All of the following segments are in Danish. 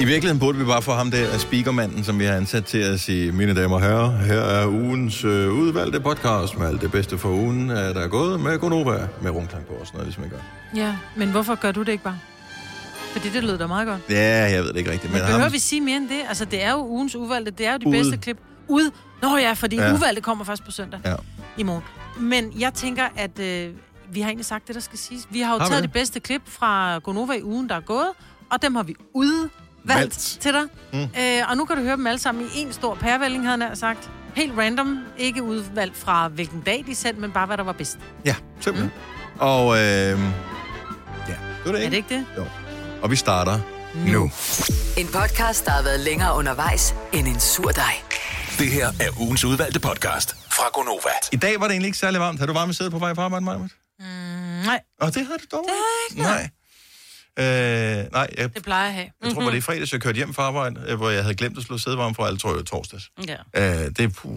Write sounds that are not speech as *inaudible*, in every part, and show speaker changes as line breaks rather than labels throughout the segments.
I virkeligheden burde vi bare få ham der, speakermanden, som vi har ansat til at sige, mine damer og herrer, her er ugens øh, udvalgte podcast med alt det bedste for ugen, øh, der er gået med Gonova, med rumklang på og sådan noget, ligesom jeg gør.
Ja, men hvorfor gør du det ikke bare? Fordi det lød da meget godt.
Ja, jeg ved det ikke rigtigt, men,
Men behøver vi sige mere end det? Altså, det er jo ugens udvalgte. Det er jo de
Ude.
bedste klip. Ud. Nå ja, fordi
Ja.
ja. udvalgte kommer først på søndag
Ja.
i morgen. Men jeg tænker, at øh, vi har egentlig sagt det, der skal siges. Vi har jo
Har vi
taget
det?
det bedste klip fra Gonova i ugen, der er gået, og dem har vi udvalgt
Valgt.
Valgt. til dig. Mm. Øh, og nu kan du høre dem alle sammen i en stor pærevælling, havde jeg nær sagt. Helt random. Ikke udvalgt fra hvilken dag de sendte, men bare hvad der var bedst.
Ja, simpelthen. Mm. Og øh, ja, det var det ikke.
Er det ikke det?
Jo. Og vi starter nu. nu.
En podcast, der har været længere undervejs end en sur dej.
Det her er ugens udvalgte podcast fra Gonova.
I dag var det egentlig ikke særlig varmt. Har du varme sæde på vej på arbejde, Maja?
Nej,
Og det har du dog. Det
har
jeg ikke. Nej. Øh, nej, jeg,
det plejer jeg at have. Mhm.
jeg tror, var det i fredags, jeg kørte hjem fra arbejde, øh, hvor jeg havde glemt at slå sædevarme for alle, tror jeg, torsdags.
Ja.
Øh, det, puh,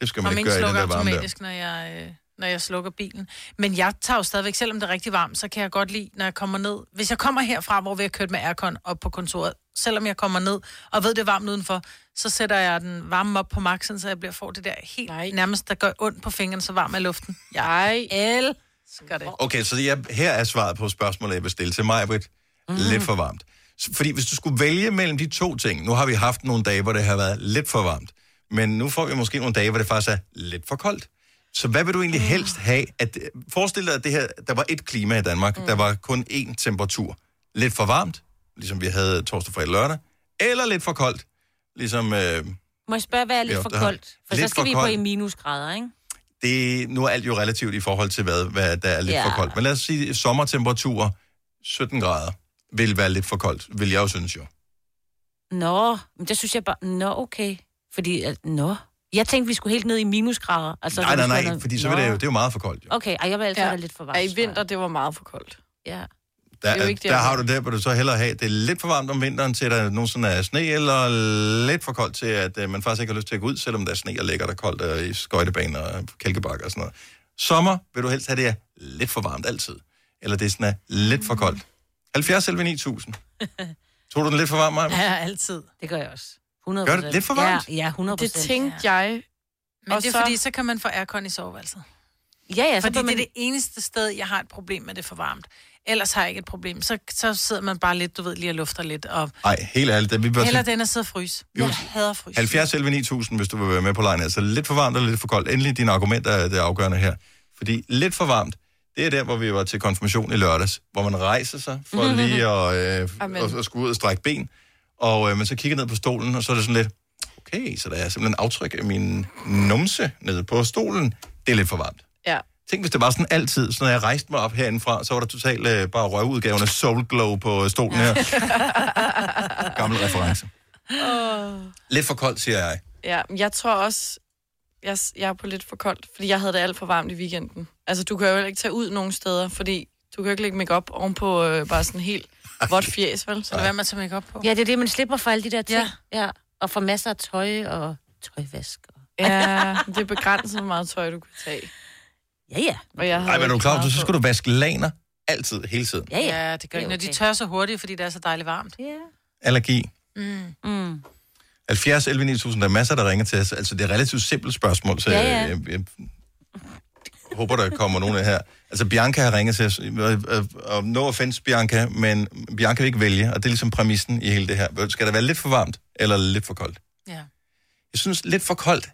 det skal man
Og
ikke
min
gøre i den
slukker
der varme der.
automatisk, når jeg, øh, når jeg slukker bilen. Men jeg tager jo stadigvæk, selvom det er rigtig varmt, så kan jeg godt lide, når jeg kommer ned. Hvis jeg kommer herfra, hvor vi har kørt med aircon op på kontoret, selvom jeg kommer ned og ved, det er varmt udenfor, så sætter jeg den varme op på maxen, så jeg bliver får det der helt Nej. nærmest, der gør ondt på fingeren, så varm er luften. Jeg elsker det.
Okay, så jeg, her er svaret på spørgsmålet, jeg vil stille til mig, Britt. Mm. Lidt for varmt. S- Fordi hvis du skulle vælge mellem de to ting, nu har vi haft nogle dage, hvor det har været lidt for varmt, men nu får vi måske nogle dage, hvor det faktisk er lidt for koldt. Så hvad vil du egentlig helst have? At, forestil dig, at det her, der var et klima i Danmark, mm. der var kun én temperatur. Lidt for varmt, ligesom vi havde torsdag, fredag, lørdag, eller lidt for koldt, ligesom... Øh,
Må jeg spørge, hvad er lidt
Jo,
for
det har-
koldt? For
Lidt
så skal
for
vi på
koldt.
i minusgrader, ikke?
det, nu er alt jo relativt i forhold til, hvad, hvad der er lidt ja.
Ja.
for koldt. Men lad os sige, sommertemperaturer, 17 grader, vil være lidt for koldt, vil jeg jo synes jo.
Nå, men der synes jeg bare, nå okay. Fordi, at, nå. Jeg tænkte, vi skulle helt ned i minusgrader. Altså, der
Nej, nej,
skulle
nej,
noget-
fordi så vil det jo,
Nå.
det er jo meget for koldt. Jo.
Okay, ej, jeg vil altid ja.
Ja.
have lidt for varmt.
Ja, i
tror jeg.
vinter, det var meget for koldt.
Ja.
Der,
det er jo
er
ikke
der
der.
har du det, hvor du så hellere have, det er lidt for varmt om vinteren til, at der nogensinde er sne, eller lidt for koldt til, at øh, man faktisk ikke har lyst til at gå ud, selvom der er sne og lækkert og koldt og i skøjtebaner og på kælkebakker og sådan noget. Sommer vil du helst have, det er lidt for varmt altid. Eller det er sådan er lidt for koldt.
Mm.
70
*laughs*
selv 9000. Tror du den er lidt for varm, Maja?
Ja, altid.
Det gør jeg også. 100
Gør det lidt for varmt?
Ja, ja 100
Det tænkte jeg.
Men
Og
det er
så-
fordi, så kan man få aircon i soveværelset.
Ja, ja, så
Fordi
bliver
det
man...
er det eneste sted, jeg har et problem med, at det er for varmt. Ellers har jeg ikke et problem. Så, så sidder man bare lidt, du ved, lige og lufter lidt. Og
Nej, helt ærligt. da Vi var
Heller
til
den at sidde og fryse. Jeg hader fryse.
70 11 9000, hvis du vil være med på lejen. Altså lidt for varmt eller lidt for koldt. Endelig dine argumenter er det afgørende her. Fordi lidt for varmt, det er der, hvor vi var til konfirmation i lørdags, hvor man rejser sig for lige at, øh,
Amen.
og, og skulle ud og strække ben. Og øh, man så kigger ned på stolen, og så er det sådan lidt, okay, så der er simpelthen aftryk af min numse nede på stolen. Det er lidt for varmt.
Ja.
Tænk, hvis det var sådan altid, så når jeg rejste mig op herindefra, så var der totalt øh, bare røvudgaven af Soul Glow på øh, stolen
*laughs*
her. Gammel reference. Lidt for koldt, siger jeg.
Ja, men jeg tror også, jeg, s- jeg er på lidt for koldt, fordi jeg havde det alt for varmt i weekenden. Altså, du kan jo heller ikke tage ud nogen steder, fordi du kan jo ikke lægge makeup ovenpå øh, bare sådan helt vådt fjes, vel? Så det
Så lad
var,
være med at tage makeup på.
Ja, det er det, man slipper for alle de der ting.
Ja.
Ja. ja. Og for masser af tøj og tøjvask. Og...
ja, det er begrænset, hvor meget tøj, du kan tage.
Ja, ja.
Og jeg havde
Nej, men er du
ikke
klar, over,
meget
så
på.
skal du vaske laner altid, hele tiden.
Ja, ja.
Ja, det
Det er
gør ikke noget. De
okay.
tør så hurtigt, fordi det er så dejligt varmt.
ja.
Allergi.
Mm.
70, 11, 9000, der er masser, der ringer til os. Altså, det er et relativt simpelt spørgsmål, så
Ja,
ja,
ja.
ja. Jeg, jeg, jeg håber, der kommer nogen af her. Altså, Bianca har ringet til os, og- og- og no offense, Bianca, men Bianca vil ikke vælge, og det er ligesom præmissen i hele det her. Skal det være lidt for varmt, eller lidt for koldt?
Ja.
Jeg synes, lidt for koldt.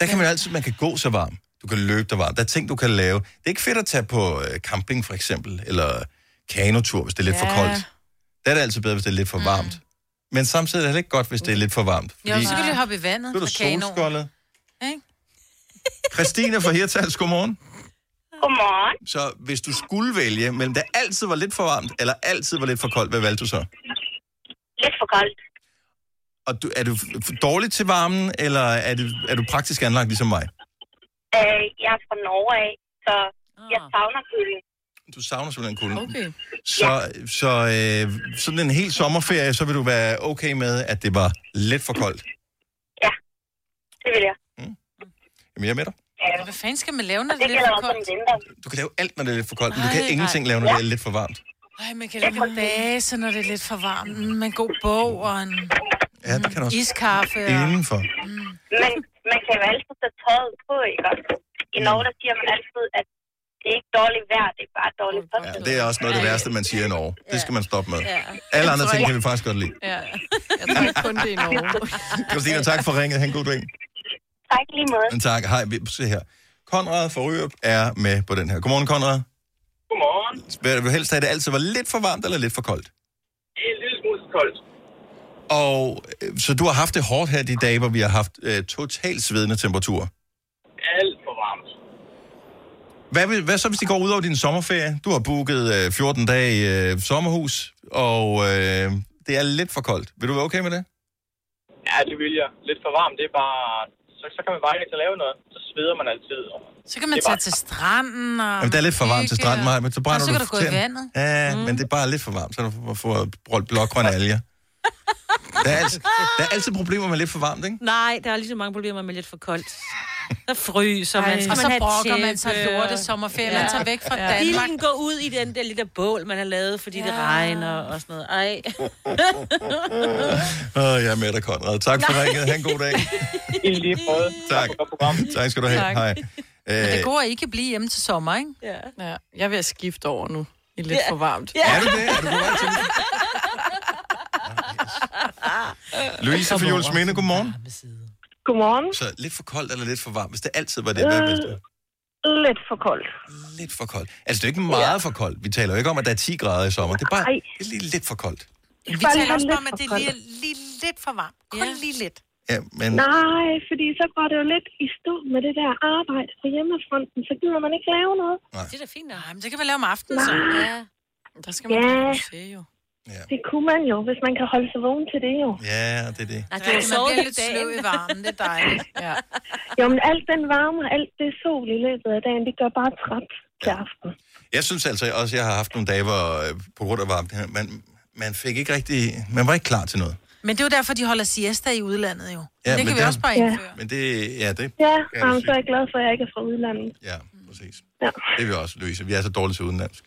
Der kan man jo altid, man kan gå så varm. Du kan løbe dig varm. Der er ting, du kan lave. Det er ikke fedt at tage på øh, camping, for eksempel, eller kanotur, hvis det er lidt ja. for
Ja.
koldt. Der er det altid bedre, hvis det er lidt for varmt. Men samtidig er det heller ikke godt, hvis det er lidt for varmt. Fordi
Mm. Jo, så
så
kan du hoppe i vandet
er du
fra kanoen.
solskoldet.
Ikke?
Christine fra Hirtals, godmorgen.
Godmorgen.
Så hvis du skulle vælge, mellem det altid var lidt for varmt, eller altid var lidt for koldt, hvad valgte du så?
Lidt for koldt.
Og du, er du f- dårlig til varmen, eller er du, er du praktisk anlagt ligesom mig?
Øh, jeg er fra Norge af, så jeg
Ah.
savner kulden.
Du savner simpelthen kulden.
Okay.
Så, så øh, sådan en hel sommerferie, så vil du være okay med, at det var lidt for koldt.
Det vil jeg.
Jamen, jeg er med dig.
Men Hvad fanden skal man lave, når
Og
det
det
er lidt
gælder også
for
om
koldt?
vinteren.
Du kan lave alt, når det er lidt for koldt, men du
Nej,
kan
nej.
ingenting lave, når det er lidt for varmt.
Ej, man kan lægge en base, når det er lidt for varmt. Mm, Med en god bog og en
Ja, det kan også.
iskaffe. Og...
Indenfor.
*laughs*
Men man kan jo altid tage tøjet på, ikke? også? I
Mm.
Norge, der siger man altid, at det er ikke dårligt vejr, det er bare
Mm,
dårligt
Ja,
påskud.
det er også noget af det værste, man siger i Norge. Det skal man stoppe med. Alle andre ting kan vi faktisk
*laughs*
godt lide.
Ja, jeg tror ikke kun det er i
*laughs*
Norge.
Christina, tak for ringet. Han god dag.
Tak i lige måde.
Men tak. Hej, vi se her. Konrad fra Rørup er med på den her. Godmorgen, Konrad.
Godmorgen.
Hvad vil du helst have, det altid var lidt for varmt eller lidt for koldt?
Det er en lille smule koldt.
Og øh, så du har haft det hårdt her de dage, hvor vi har haft øh, totalt svedende temperaturer.
Alt for varmt.
Hvad, vil- hvad så, hvis de går ud over din sommerferie? Du har booket øh, 14 dage i øh, sommerhus, og øh, det er lidt for koldt. Vil du være okay med det?
Ja, det vil jeg. Lidt for varmt, det er bare... Så, så kan man bare ikke til at lave noget. Så sveder man altid. Og...
Så kan man tage til stranden og...
Jamen, det er lidt for varmt til
hygge,
stranden,
og-
Maja, men så
Og
brænder
så
du
kan du gå i
tænder.
vandet.
Ja, mm. men det er bare lidt for varmt, så du får brugt blågrønne
*laughs*
alger. Der er, altid, der er altid problemer med lidt for varmt, ikke?
Nej, der er lige så mange problemer med lidt for koldt. Der fryser man.
Og så
man have
brokker
tæppe,
man sig lorte sommerferie.
Ja.
Man tager væk fra
og
Danmark.
Bilen går ud i den der lille bål, man har lavet, fordi ja. det regner og sådan noget. Ej.
Åh, jeg er med dig, Konrad. Tak for ringet. Ha' en
*laughs*
god dag.
I lige måde.
Tak.
for programmet.
Tak skal du have.
Tak.
Hej.
Det
Øh,
går ikke at blive hjemme til sommer, ikke?
Ja.
Ja, jeg vil skifte over nu. I lidt for varmt.
er du det? Er du på vej til det? Yes. Louise fra Jules Minde, godmorgen.
Godmorgen.
Så lidt for koldt eller lidt for varmt, hvis det altid var det. Hvad vil du?
Lidt for koldt.
Lidt for koldt. Altså, det er jo ikke meget for koldt. Vi taler jo ikke om, at der er 10 grader i sommer. Det er bare
Ej.
det er lige lidt for koldt.
Vi
Bare
taler
lige
også
lidt
bare om, at
for
det er
koldt.
lige, lige lidt for varmt. Kun lige lidt.
Ja, men...
Nej, fordi så går det jo lidt i stå med det der arbejde på hjemmefronten, så gider man ikke lave noget.
Det er da fint nok.
Nej, men det kan vi lave om aftenen, så.
Ja.
Der skal man
Ja.
yeah. se jo.
Det kunne man jo, hvis man kan holde sig vågen til det jo.
Ja, det er det.
Nej, det
Ja,
er jo
man
sovet
bliver
hele
lidt sløv i
dagen.
varmen, det er dejligt.
Ja.
Jo, men alt den varme og alt det sol i løbet af dagen, det gør bare træt til aften.
Jeg synes altså også, jeg har haft nogle dage, hvor øh, på grund af varmt, her, man, man fik ikke rigtig, man var ikke klar til noget.
Men det er jo derfor, de holder siesta i udlandet jo. Ja, det
men
kan vi
der-
også bare
Ja.
indføre.
Men det, ja, det,
Ja,
Ja,
og
det er
så er jeg glad for, at jeg ikke er fra udlandet.
ja, præcis.
Ja,
Det er vi også, Louise. Vi er så dårlige til udenlandsk.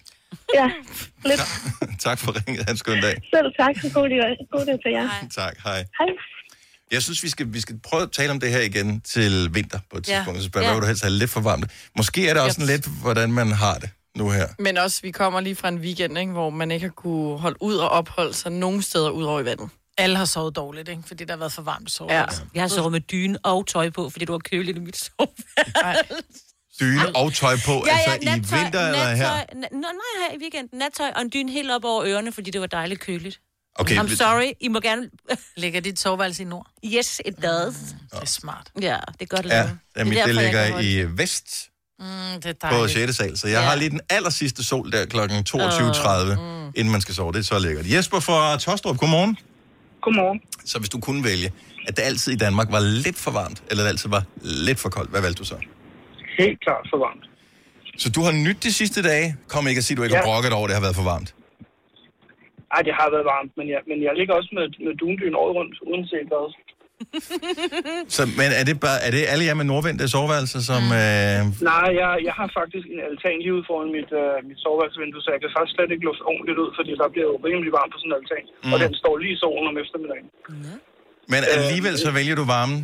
ja.
*laughs*
lidt.
tak *laughs* for ringet. Ha' en skøn dag.
Selv tak, så god dag, god dag til jer.
Tak, hej.
Hej.
Jeg synes, vi skal, vi skal prøve at tale om det her igen til vinter på et
Ja.
tidspunkt. Så spørger,
Ja.
hvad vil du helst have lidt for varmt? Måske er det også sådan lidt, hvordan man har det nu her.
Men også, vi kommer lige fra en weekend, ikke, hvor man ikke har kunne holde ud og opholde sig nogen steder ud over i vandet.
Alle har sovet dårligt, ikke? Fordi der har været for varmt at sove.
Ja.
Jeg har sovet med dyne og tøj på, fordi du har køligt i mit soveværelse.
Dyne og tøj på, altså i vinter eller her.
Na, nå, nej, her i weekenden. Nattøj og en dyne helt op over ørerne, fordi det var dejligt køligt.
Okay,
I'm sorry, I må gerne... *laughs*
Ligger dit soveværelse i nord?
yes, it does.
Det er smart.
Ja, det er godt
Ja,
lavet.
det, mit, det
jeg kan
ligger
holde-
i vest
Mm, det er
på
dejligt.
6. sal, så jeg har lige den aller sidste sol der kl. 22.30, inden man skal sove. Det er så lækkert. Jesper fra Tostrup, godmorgen.
Godmorgen.
Så hvis du kunne vælge, at det altid i Danmark var lidt for varmt, eller det altid var lidt for koldt, hvad valgte du så?
Helt klart for varmt.
Så du har nyt de sidste dage. Kom ikke og sige, at du ikke har
Ja.
brokket over, at det har været for varmt.
Ej, det har været varmt, men jeg, men jeg ligger også med, med dundyn året rundt, uanset hvad.
Så, men er det, bare, er det alle jer med nordvendte soveværelser, som... Øh,
Nej, jeg, jeg har faktisk en altan lige ude foran mit, øh, mit soveværelsesvindue, så jeg kan faktisk slet ikke lufte ordentligt ud, fordi der bliver jo rimelig varmt på sådan en altan. Mm. Og den står lige i solen om eftermiddagen.
men
Øh.
alligevel så vælger du varmen.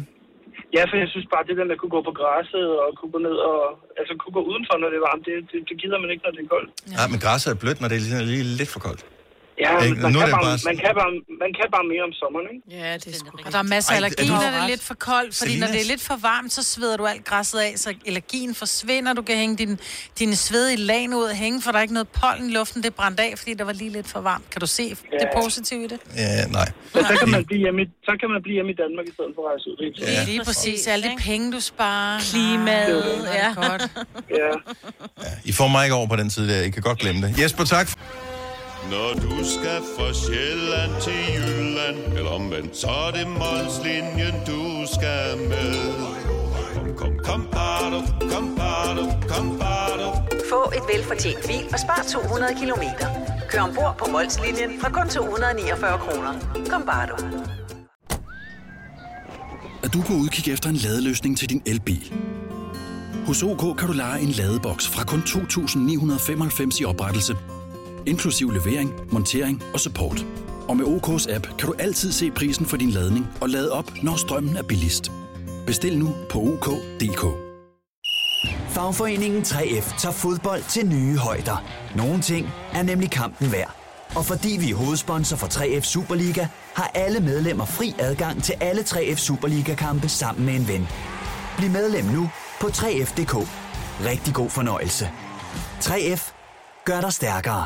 Ja, for jeg synes bare, det der med at kunne gå på græsset og kunne gå ned og... Altså kunne gå udenfor, når det er varmt, det, det, det gider man ikke, når det er koldt.
Ja. Nej, men græsset er blødt, når det er lige, lige lidt for koldt.
Ja, altså,
Ikke?
man,
Nu er
kan
det
bare,
bare sådan-
man, kan bare, man kan bare mere om sommeren, ikke?
Ja, det er sgu
Og der er masser af
Ej, er
allergi,
du-
når det er lidt for koldt, fordi når
Selinas?
det er lidt for varmt, så sveder du alt græsset af, så allergien forsvinder, du kan hænge din, dine svedige lagen ud og hænge, for der er ikke noget pollen i luften, det er brændt af, fordi der var lige lidt for varmt. Kan du se det positive i det?
Ja, nej.
Så, så, kan man blive hjemme, i- så kan man blive hjemme i Danmark i stedet for at rejse ud. Ikke?
Ja.
Ja, lige præcis.
Præcis,
Alle de
ikke?
penge, du sparer.
Klimaet,
Nej,
ja.
ja. Godt.
Ja.
I får mig ikke over på den side der. I kan godt glemme det. Jesper, tak.
Når du skal fra Sjælland til Jylland Eller omvendt, så er det Molslinjen, du skal med Kom, kom, kom, bado, kom, bado, kom, bado.
Få et velfortjent bil og spar 200 kilometer. Kør ombord på Molslinjen fra kun 249 kroner. Kom bare du.
Er du på udkig efter en ladeløsning til din elbil? Hos OK kan du lege en ladeboks fra kun 2.995 i oprettelse, inklusiv levering, montering og support. Og med OK's app kan du altid se prisen for din ladning og lade op, når strømmen er billigst. Bestil nu på OK.dk.
Fagforeningen 3F tager fodbold til nye højder. Nogle ting er nemlig kampen værd. Og fordi vi er hovedsponsor for 3F Superliga, har alle medlemmer fri adgang til alle 3F Superliga-kampe sammen med en ven. Bliv medlem nu på 3F.dk. Rigtig god fornøjelse. 3F gør dig stærkere.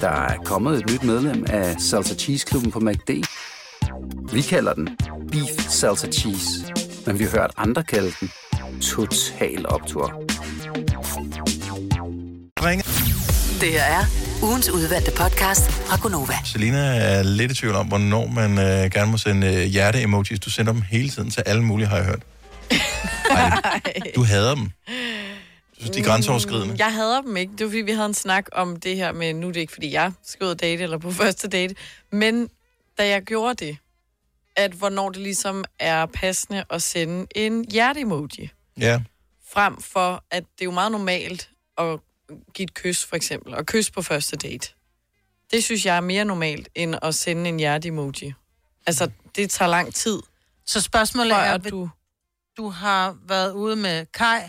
Der er kommet et nyt medlem af Salsa Cheese Klubben på MACD. Vi kalder den Beef Salsa Cheese, men vi har hørt andre kalde den Total Optor.
Ring.
Det her er ugens udvalgte podcast fra Gonova.
Selina er lidt i tvivl om, hvornår man øh, gerne må sende øh, hjerte-emojis. Du sender dem hele tiden til alle mulige, har jeg hørt. Ej, du hader dem. Du synes, de er grænseoverskridende.
Altså, Jeg hader dem ikke. Det var fordi, vi havde en snak om det her med, nu er det ikke fordi, jeg skal ud og date eller på *laughs* første date, men da jeg gjorde det, at hvornår det ligesom er passende at sende en hjerte-emoji,
Ja.
frem for, at det er jo meget normalt at give et kys, for eksempel, og kys på første date. Det synes jeg er mere normalt, end at sende en hjerte-emoji. Altså, det tager lang tid.
Så spørgsmålet
Før
er,
at
du... du har været ude med Kai,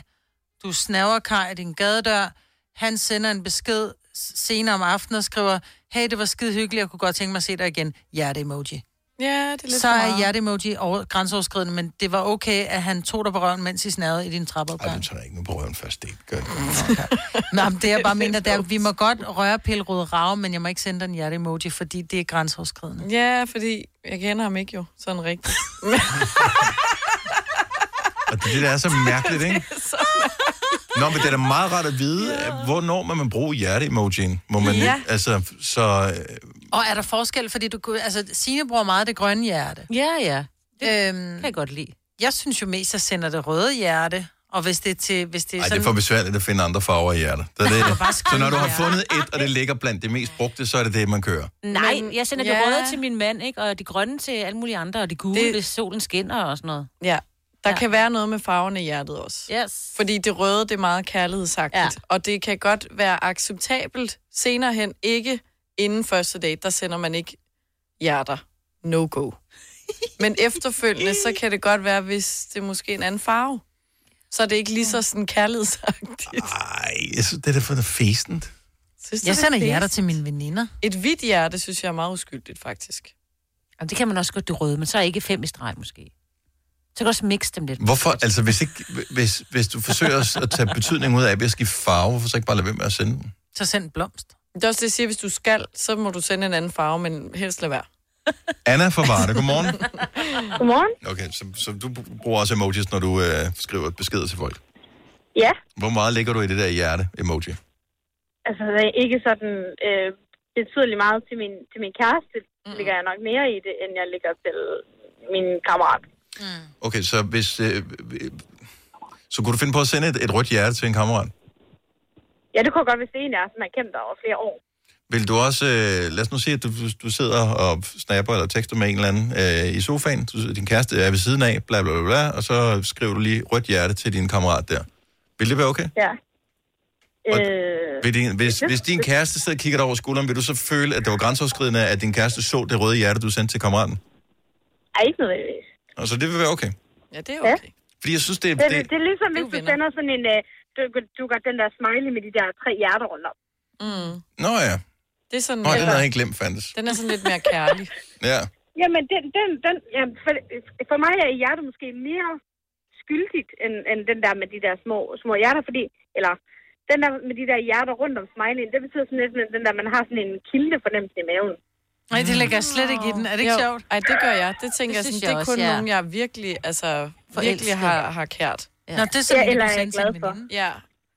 du snaver Kai i din gadedør, han sender en besked s- senere om aftenen og skriver, hey, det var skide hyggeligt, jeg kunne godt tænke mig at se dig igen. Hjerte-emoji.
Ja, det er lidt
Så
for
er
meget.
hjerte-emoji over, grænseoverskridende, men det var okay, at han tog dig på røven, mens I snavede i din trappeopgang.
Du tager ikke nu på røven først. Det gør det.
Nå, men det jeg bare mener,
*laughs*
det er, at vi må godt røre pillerød rave, men jeg må ikke sende dig en hjerte-emoji, fordi det er grænseoverskridende.
Ja, fordi jeg kender ham ikke jo, sådan rigtigt.
Og det, er det der er så mærkeligt, ikke?
Så...
Nå, men det er da meget rart at vide, ja. hvornår man må bruge hjerte-emojien. Må man
Ja.
ja. altså, så... øh,
Og er der forskel, fordi du kunne- altså, Signe bruger meget det grønne hjerte.
Ja, ja.
Det øhm, kan jeg
godt lide.
Jeg synes jo mest, jeg sender det røde hjerte, og hvis det er til, hvis det er
Ej, det
sådan...
er for besværligt at finde andre farver i hjertet. Det er
Du
det.
kan bare skrive
Så når du har
hjerte.
fundet et, og det ligger blandt det mest brugte, så er det det, man kører.
Nej, jeg sender Mm. ja.
ja.
de røde til min mand, ikke? Og de grønne til alle mulige andre, og de gule, det... hvis solen skinner og sådan noget.
Ja, der ja. kan være noget med farverne i hjertet også.
Yes.
Fordi det røde, det er meget kærlighedsagtigt. Ja. Og det kan godt være acceptabelt senere hen. Ikke inden første date, der sender man ikke hjerter. No-go. Men efterfølgende, så kan det godt være, hvis det er måske en anden farve. Så er det ikke lige så sådan kærlighedsagtigt.
Ej, jeg synes, det er da for fæsent.
Synes,
Jeg sender hjerter til mine veninder.
Et hvidt hjerte, synes jeg er meget uskyldigt, faktisk.
Og det kan man også godt det røde, men så ikke fem i streg måske. Så kan du også mixe dem lidt.
Hvorfor? Altså, hvis, ikke, hvis, hvis du forsøger at tage betydning ud af, at jeg skal farve, hvorfor så ikke bare lade være med at sende den?
Så send en blomst.
Det er også det, jeg siger, hvis du skal, så må du sende en anden farve, men helst lade være.
Anna fra Varde, godmorgen.
Godmorgen.
Okay, så, så du bruger også emojis, når du øh, skriver beskeder til folk.
Ja,
Hvor meget ligger du i det der hjerte-emoji?
altså det er ikke sådan øh, betydeligt meget til min, til min kæreste, mm. ligger jeg nok mere i det, end jeg ligger til min kammerat.
Okay, så hvis... Øh, øh, så kunne du finde på at sende et, et rødt hjerte til en kammerat?
Ja, det kunne jeg godt, hvis det en er, som har kendt dig over flere år.
Vil du også... Øh, lad os nu sige, at du, du sidder og snapper eller tekster med en eller anden øh, i sofaen. Du, din kæreste er ved siden af, bla bla bla, bla, og så skriver du lige rødt hjerte til din kammerat der. Vil det være okay?
Ja. Øh,
Vil din, hvis, hvis din kæreste sidder og kigger dig over skulderen, vil du så føle, at det var grænseoverskridende, at din kæreste så det røde hjerte, du sendte til kammeraten?
er ikke nødvendigvis.
Altså, det vil være okay.
Ja, det er
okay.
Fordi jeg synes, det,
Det,
det,
det, det er ligesom, hvis du sender sådan en... Øh, du, du gør den der smiley med de der tre hjerter rundt om.
Mm.
Nå ja.
Det er sådan
Nå, den
lidt,
havde jeg ikke glemt, fandtes.
den er sådan lidt mere kærlig.
Ja.
Jamen, den, den, den, jamen for, for mig er hjertet måske mere skyldigt, end, end den der med de der små, små hjerter, fordi... Eller, den der med de der hjerter rundt om smileyen, det betyder sådan lidt, at den der, man har sådan en kilde fornemmelse i maven.
Nej, det lægger jeg slet ikke i den. Er det ikke
Jo.
sjovt?
Ej, det gør jeg. Det tænker jeg,
synes
sådan,
jeg
det er
også,
kun
ja.
nogen, jeg virkelig, altså,
Forelsket.
virkelig har, har kært.
Ja. Nå, det er sådan, Ja, eller du er sendte glad til en
for. Ja.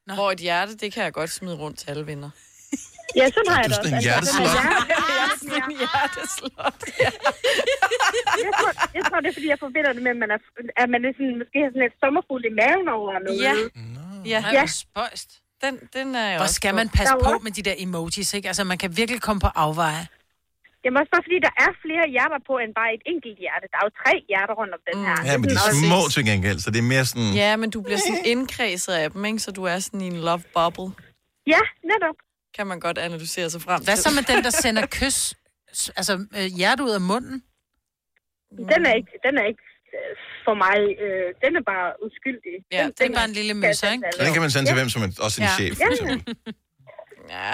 Nå. Hvor et hjerte, det kan jeg godt smide rundt til alle venner.
Ja, sådan har
jeg Du er det sådan også. en Altså, den der hjerteslot.
Jeg er *laughs* sådan en hjerteslot.
jeg, tror, jeg tror, det er, fordi jeg forbinder det med, at man, er, at man er sådan, måske har sådan et sommerfugl i maven over noget.
Ja. Ja.
Ej, hvor spøjst.
Den, den er jeg
Hvor
også
skal
på.
man passe på med de der emojis, ikke? Altså, man kan virkelig komme på afveje.
Jamen også bare fordi, der er flere hjerter på, end bare et enkelt hjerte. Der er jo tre hjerter rundt om den her.
Ja, men de er små til gengæld, så det er mere sådan...
Ja, men du bliver sådan indkredset af dem, ikke? Så du er sådan i en love bubble.
Ja, netop.
Kan man godt analysere sig frem
Hvad
til.
så med den, der sender kys, s- altså øh, hjertet ud af munden?
Den er ikke, den er ikke øh, for mig, øh, den er bare uskyldig.
Ja, det er bare en lille møsse, ikke?
Så den kan man sende til hvem som helst, også sin chef.
Ja.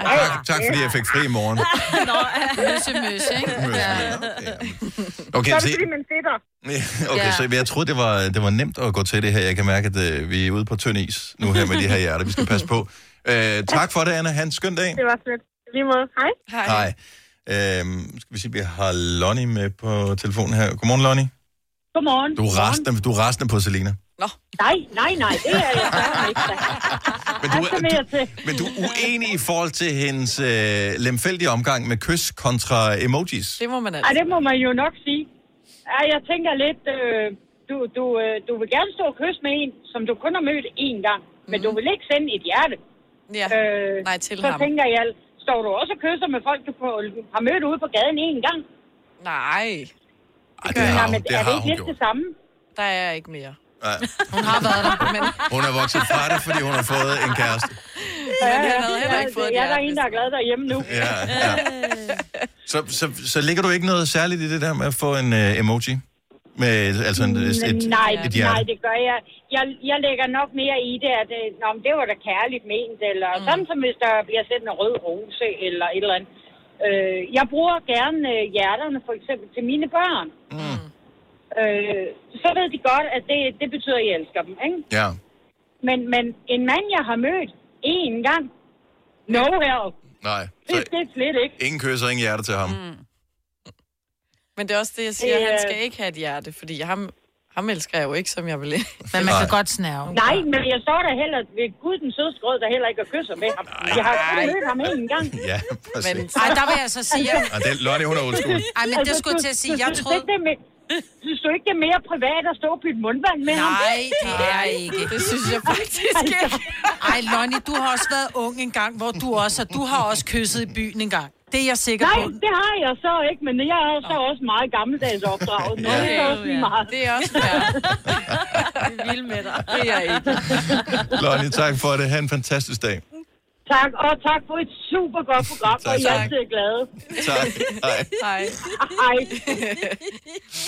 Tak, tak fordi jeg fik fri i morgen.
Nå, møsse, møsse, ikke?
Møsse,
Ja.
Okay,
så er
så,
det fordi, man fedter.
*laughs* okay,
Ja.
så jeg troede, det var, det var nemt at gå til det her. Jeg kan mærke, at øh, vi er ude på tynd is nu her med de her hjerter. Vi skal passe på. Øh, tak for det, Anna. Ha' en skøn dag.
Det var slet. Lige måde. Hej.
Hej. Øhm, skal vi sige, vi har Lonnie med på telefonen her. Godmorgen, Lonnie.
Godmorgen.
Du er rasende, du er rasende på Selina.
Nej, nej, nej, det er jeg fandme ikke. da.
Men
Der
du,
skal
er,
mere
du,
til.
men du er uenig i forhold til hendes øh, lemfældige omgang med kys kontra emojis.
Det må man
Ej, det må man jo nok sige. Ej, jeg tænker lidt, øh, du, du, øh, du vil gerne stå og kysse med en, som du kun har mødt én gang, men
Mhm.
du vil ikke sende et hjerte.
Ja,
øh,
nej, til
så
ham.
tænker jeg, står du også og kysser med folk, du på, har mødt ude på gaden én gang?
Nej.
Ej, det har hun, det
er det
har
ikke
hun
lidt
gjort.
det samme?
Der er ikke mere.
Ja.
Hun har været der, men...
Hun er vokset fra det, fordi hun har fået en kæreste.
Ja,
det
ja,
har været, jeg har ikke fået et
jeg er der
hjerte.
en, der er glad derhjemme nu.
Ja, ja. Så, så, så ligger du ikke noget særligt i det der med at få en øh, emoji? Med, altså en, et,
Men
et,
nej,
et
nej,
hjerte?
det gør jeg. jeg. Jeg lægger nok mere i det, at øh, Nå, men det var da kærligt ment, eller mm. sådan som hvis der bliver sendt en rød rose, eller et eller andet. Øh, jeg bruger gerne øh, hjerterne, for eksempel, til mine børn.
Mm.
Øh, så ved de godt, at det, det betyder, at jeg elsker dem, ikke?
Ja.
Men, men en mand, jeg har mødt én gang, no help.
Nej.
Det, det er slet ikke.
Ingen kys og ingen hjerte til ham. Mm.
Men det er også det, jeg siger,
Det,
han
øh,
skal ikke have et hjerte, fordi ham, ham elsker jeg jo ikke, som jeg vil.
Men man kan Nej.
godt snæve.
Nej, men jeg står der heller ved Gud den søde skrød, der heller ikke at kysse med ham. Jeg har kun mødt ham én gang.
*laughs*
Ja, præcis. Men...
Ej, der vil jeg så sige...
Og det, Lonnie, hun er old
*laughs*
school.
Ej, men det skulle jeg til at sige,
synes
jeg
du
troede...
Ikke, det er mere, synes du ikke, det er mere privat at stå og bytte mundvand med ham?
Nej, det er
*laughs*
ikke. Det synes jeg faktisk ikke. Ej, Lonnie, du har også været ung en gang, hvor du også, og du har også kysset i byen en gang. Det er jeg sikker
Nej,
på.
det har jeg så ikke, men jeg er så også meget gammeldags opdraget. Nå,
Ja.
det er også lige meget.
Det er også
Vild med dig.
Det er jeg ikke.
Lonnie, tak for det. Ha' en fantastisk dag.
Tak, og tak for et super godt program,
Tak,
og jeg
tak.
er glade.
Tak.
*laughs*
Hej.
Hej.
*laughs*
Hej.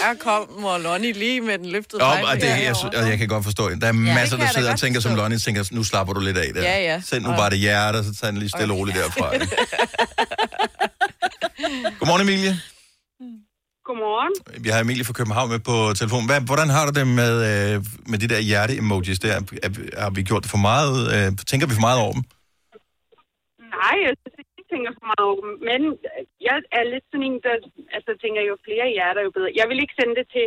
Jeg kom, mor Lonnie lige med den løftede
Om, og,
pegefinger
det, jeg,
herovre.
og jeg kan godt forstå, det. der er masser,
det kan
der
jeg da
sidder og
godt
tænker, som
forstå.
Lonnie tænker, nu slapper du lidt af der.
Ja, ja.
Send nu
Og-
bare det hjerte, og så tager den lige stille og roligt derfra.
*laughs*
ikke? Godmorgen, Emilie.
Godmorgen.
Vi har Emilie fra København med på telefonen. Hvad, hvordan har du det med, øh, med de der hjerte-emojis der? Er- Har vi gjort det for meget? ud? Øh, tænker vi for meget over dem?
Nej, jeg synes ikke, jeg tænker for meget over dem, men øh, jeg er lidt sådan en, der altså, tænker, jo flere hjerter, jo bedre. Jeg vil ikke sende det til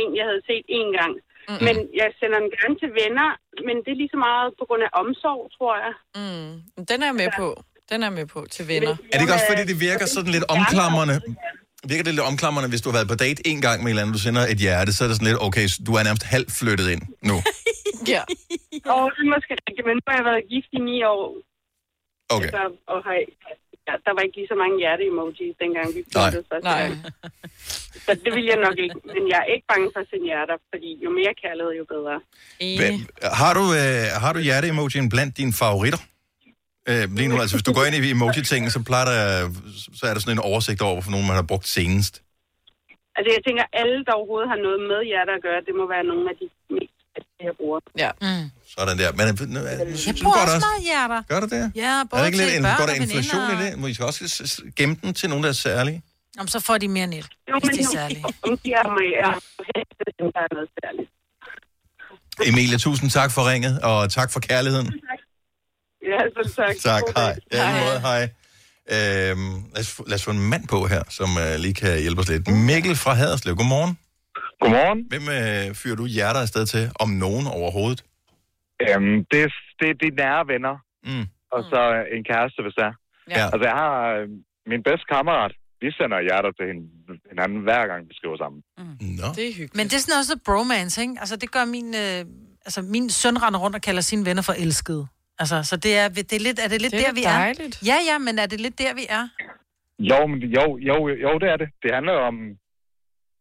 en, jeg havde set en gang, mm. men jeg sender den gerne til venner, men det er lige så meget på grund af omsorg, tror jeg.
Mm, den er jeg med på. Den er jeg med på til venner.
Er det ikke også
Øh,
fordi, det virker sådan lidt omklamrende? Virker det lidt omklamrende, hvis du har været på date en gang med en eller anden, du sender et hjerte, så er det sådan lidt, okay, så du er nærmest halvt flyttet ind
*laughs*
nu.
Ja.
Og det er måske rigtigt, men nu har jeg været gift i ni år,
Okay.
altså, og har, ja, der var ikke lige så mange hjerte-emojis, dengang vi flyttede første
Nej.
gang. Så det vil jeg nok ikke, men jeg er ikke bange for at sende hjerter, fordi jo mere kærlighed, jo bedre.
Hvem, har du, øh, har du hjerte-emojien blandt dine favoritter? Øh, lige nu, altså hvis du går ind i emoji-tingen, så, plejer der, så er der sådan en oversigt over, hvorfor nogen man har brugt senest.
Altså, jeg tænker, alle, der overhovedet har noget med hjerter at gøre, det må være nogle af de mest fattige, jeg bruger.
Ja.
Mm.
Sådan der. Men, øh, nu, øh,
Jeg
nu
bruger
går der
også meget hjerter.
Gør du det?
Ja,
Er
både
der ikke lidt
til
en,
børn
går der
og
inflation i
veninder.
det? Må I skal også s- s- gemme den til nogen, der er særlige?
Jamen, så får de mere net, hvis det er særligt.
omgiver mig af heste, dem, der er noget særligt.
Emilie, tusind tak for ringet, og tak for kærligheden.
Ja, så tak.
Tak, hej. Ja, i lige måde, hej. Øhm, lad, os, få- lad os få en mand på her, som øh, lige kan hjælpe os lidt. Mikkel fra Haderslev, godmorgen.
Godmorgen.
Hvem øh, fyrer du hjerter afsted til, om nogen overhovedet?
Øhm, det, er- det, er- det er nære venner.
Mm.
Og så en kæreste, hvis der.
Ja.
Altså, jeg har øh, min bedste kammerat. Vi sender hjerter til hin- hinanden, hver gang vi skriver sammen.
Det er hyggeligt.
Men det er sådan også bromance, ikke? Altså, det gør min... Øh, altså, min søn render rundt og kalder sine venner for elskede. Altså, så det er, det er lidt, er det lidt
Det er
der,
da
vi
dejligt.
er. Ja, ja, men er det lidt der, vi er?
Jo, men, jo, jo, jo, det er det. Det handler om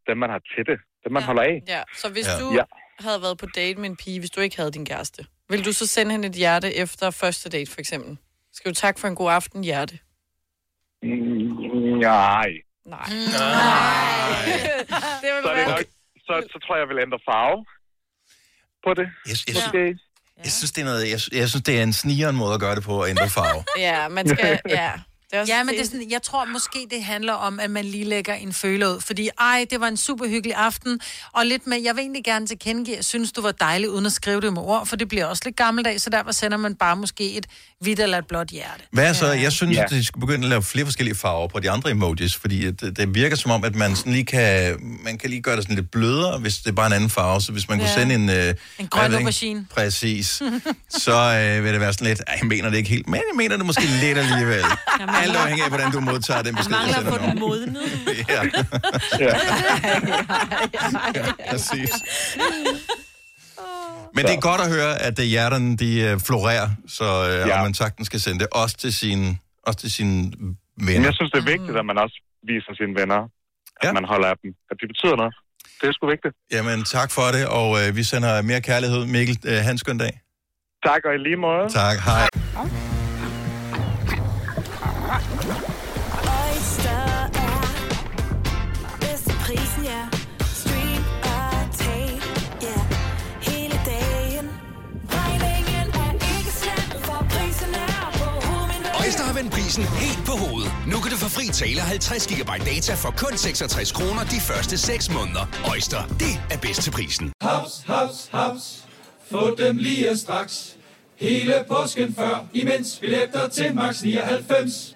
dem, man har tætte. Dem, man ja. holder af.
Ja, så hvis
Ja.
du
Ja.
havde været på date med en pige, hvis du ikke havde din kæreste, vil du så sende hende et hjerte efter første date, for eksempel? Skal du tak for en god aften, hjerte?
Mm, nej.
Nej. *laughs*
det så, er det nok, så, så tror jeg, jeg vil ændre farve på det.
Jeg, jeg, jeg, jeg, synes, det er noget, jeg, jeg synes, det er en snigeren måde at gøre det på at ændre farve.
Ja, man skal... Ja. Det er også
Ja, men det er sådan, jeg tror måske, det handler om, at man lige lægger en føler ud. Fordi, ej, det var en super hyggelig aften. Og lidt med, jeg vil egentlig gerne tilkendegive, at jeg synes, du var dejlig, uden at skrive det med ord. For det bliver også lidt gammeldags, så derfor sender man bare måske et hvidt eller et blåt hjerte.
Hvad er så? Jeg synes, ja. de skal begynde at lave flere forskellige farver på de andre emojis, fordi at det, det virker som om, at man sådan lige kan, man kan lige gøre det sådan lidt blødere, hvis det er bare en anden farve. Så hvis man ja.
Ja.
kunne sende en... Øh,
En
hvad
grøn
ved jeg,
aubergine. *laughs*
Præcis. så øh, vil det være sådan lidt, "Ej, jeg mener det ikke helt, men jeg mener det måske lidt alligevel. Alt afhængig af, hvordan du modtager den besked, du sender nu.
modnet.
Ja. *laughs* ja.
*laughs*
Præcis. Men det er godt at høre, at øh, hjerterne de øh, florerer, så øh, ja. man sagtens skal sende det også til sine, også til sine
Men
venner.
jeg synes, det er vigtigt, at man også viser sine venner, at man holder af dem. At de betyder noget. Det er sgu vigtigt.
Jamen, tak for det, og øh, vi sender mere kærlighed. Mikkel, øh, have en skøn dag.
Tak, og i lige måde.
Tak, hej.
Oyster er bedst til prisen, ja. Stream og tag, ja. Hele dagen. Regningen er ikke slem, for prisen er på hovedet.
Øjster har vendt prisen helt på hovedet. Nu kan du få fri tale 50 GB data for kun 66 kroner de første 6 måneder. Øjster, det er bedst til prisen.
Haps, haps, haps. Få dem lige straks. Hele påsken før, imens billetter til max 99.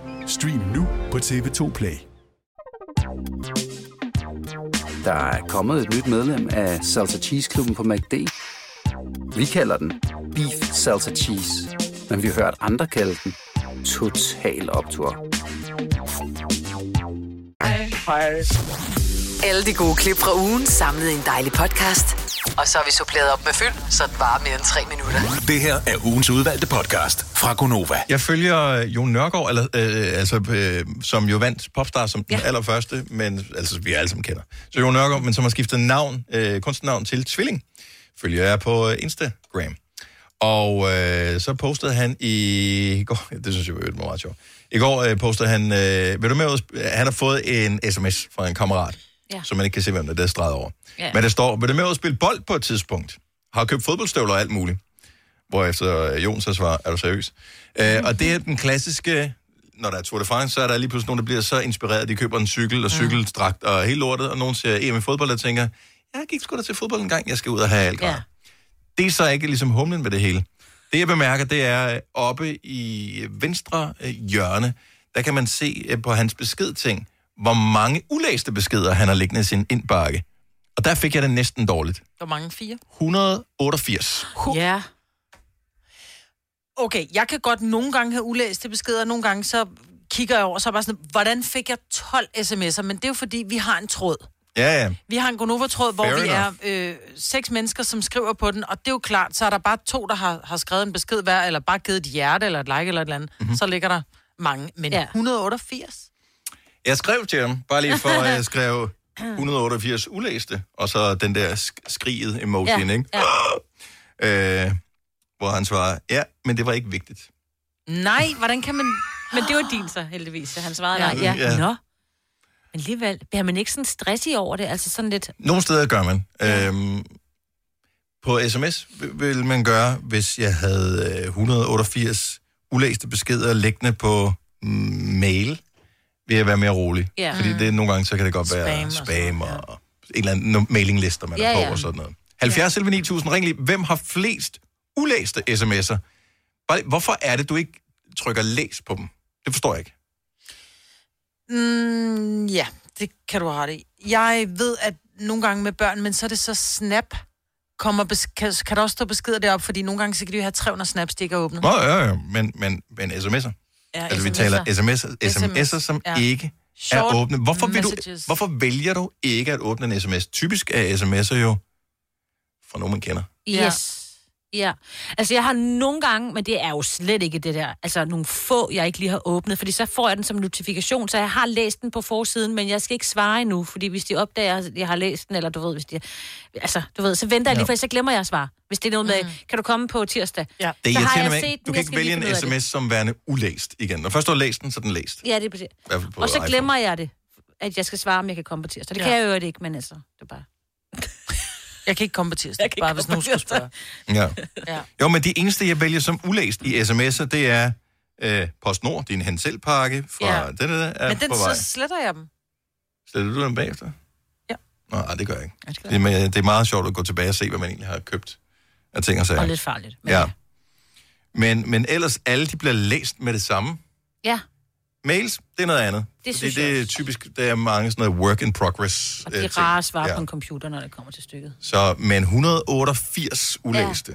Stream nu på TV2 Play.
Der er kommet et nyt medlem af Salsa Cheese Klubben på MACD. Vi kalder den Beef Salsa Cheese. Men vi har hørt andre kalde den Total Optor.
Hej.
Alle de gode klip fra ugen samlet i en dejlig podcast. Og så har vi suppleret op med fyld, så det varer mere end tre minutter.
Det her er ugens udvalgte podcast fra Gonova.
Jeg følger øh, Jon Nørgaard, eller, øh, altså, øh, som jo vandt Popstar som ja. den allerførste, men altså, vi alle sammen kender. Så Jon Nørgaard, men som har skiftet navn, øh, kunstnernavn til Tvilling, følger jeg på øh, Instagram. Og øh, så postede han i går, *laughs* det synes jeg var var meget sjovt. I går øh, postede han, øh, vil du med, ud at sp- han har fået en sms fra en kammerat,
Ja.
ja. som man ikke kan se, hvem der er, der er streget over.
Ja.
Ja. Men der står, vil du med ud at spille bold på et tidspunkt? Har købt fodboldstøvler og alt muligt. Hvorefter øh, Jon så svarer, er du seriøs? Øh, og det er den klassiske, når der er Tour de France, så er der lige pludselig nogen, der bliver så inspireret, de køber en cykel og cykeldragt og hele lortet, og nogen ser EM i fodbold og tænker, jeg gik sgu da til fodbold en gang, jeg skal ud og have alt. Ja. Det er så ikke ligesom humlen med det hele. Det jeg bemærker, det er øh, oppe i venstre øh, hjørne, der kan man se øh, på hans beskedting, hvor mange ulæste beskeder han har liggende i sin indbakke. Og der fik jeg det næsten dårligt.
Hvor mange fire?
188.
Ja.
Okay, jeg kan godt nogle gange have ulæste beskeder, nogle gange så kigger jeg over, så er jeg bare sådan, hvordan fik jeg 12 sms'er? Men det er jo fordi, vi har en tråd.
Ja, ja.
Vi har en Gonova-tråd, hvor
Fair
vi
enough.
er øh, seks mennesker, som skriver på den, og det er jo klart, så er der bare to, der har, har skrevet en besked hver, eller bare givet et hjerte, eller et like, eller et eller andet.
Mhm.
Mm-hmm. Så ligger der mange, men ja. 188?
Jeg skrev til ham, bare lige for at jeg skrev 188 ulæste, og så den der sk- skriget emoji, ja. ikke?
ja.
*gasps* Øh, hvor han svarer, ja, men det var ikke vigtigt.
Nej, hvordan kan man... Men det var din så, heldigvis. at Han svarede ja.
Ja.
nej. Ja.
Ja.
ja. Nå. Men alligevel, bliver man ikke sådan stressig over det? Altså sådan lidt...
Nogle steder gør man. Ja. Øhm, på sms vil- vil man gøre, hvis jeg havde øh, 188 ulæste beskeder liggende på mm, mail, vil jeg være mere rolig.
Ja.
Fordi det, nogle gange så kan det godt
Spam og
være
sådan
spam og, og et eller andet no- mailinglister, man ja,
Ja,
er på
ja.
og sådan noget. 70 ja. 9000, ring lige. Hvem har flest ulæste sms'er? Bare lige, Hvorfor er det, du ikke trykker læs på dem? Det forstår jeg
*laughs*
ikke.
Mm, ja, det kan du have ret i. Jeg ved, at nogle gange med børn, men så er det så snap kommer bes- kan, kan der også stå beskeder deroppe, fordi nogle gange så kan de jo have 300 snaps, de ikke er åbnet.
Nå, ja, ja, men, men, men sms'er.
Ja,
altså, vi taler sms'er, sms'er som
Ja.
ja. ikke
Short
er åbne. Hvorfor, vil du,
messages.
hvorfor vælger du ikke at åbne en sms? Typisk er sms'er jo fra nogen, man kender.
Yes. Ja. ja. Altså, jeg har nogle gange, men det er jo slet ikke det der, altså nogle få, jeg ikke lige har åbnet, fordi så får jeg den som notifikation, så jeg har læst den på forsiden, men jeg skal ikke svare endnu, fordi hvis de opdager, at jeg har læst den, eller du ved, hvis de... Altså, du ved, så venter jeg lige,
Ja.
for så glemmer jeg at svare. Hvis det er noget med, kan du komme på tirsdag? Mhm. Ja.
Det er
så har
irriterende
jeg
med,
set den,
du kan
jeg
ikke
skal
vælge
lige
en
finde ud af
sms som værende ulæst igen. Når først du har læst den, så er den læst.
det. Ja, det er præcis.
I hvert fald på
Og så
iPhone.
glemmer jeg det, at jeg skal svare, om jeg kan komme på tirsdag. Det
Ja.
kan jeg jo ikke, men altså, det er bare...
Jeg kan ikke komme på tirsdag, bare hvis nogen skulle spørge.
Ja.
Ja.
Jo, men de eneste, jeg vælger som ulæst i sms'er, det er øh, PostNord, din henselpakke fra...
Ja.
Ja. Den, der er
Men den,
på vej.
så sletter jeg dem.
Sletter du den bagefter? Ja. Nej, det gør jeg ikke. Det, er, med- det er meget sjovt at gå tilbage og se, hvad man egentlig har købt af ting og sager.
Og lidt farligt.
Men... Ja. Men, men ellers, alle de bliver læst med det samme.
Ja.
Mails, det er noget andet.
Det
fordi
synes jeg
det er typisk, der er mange sådan noget work in progress.
Og det
øh,
er
ting.
rare at svare ja. på en computer, når det kommer til stykket.
Så, men 188 ulæste.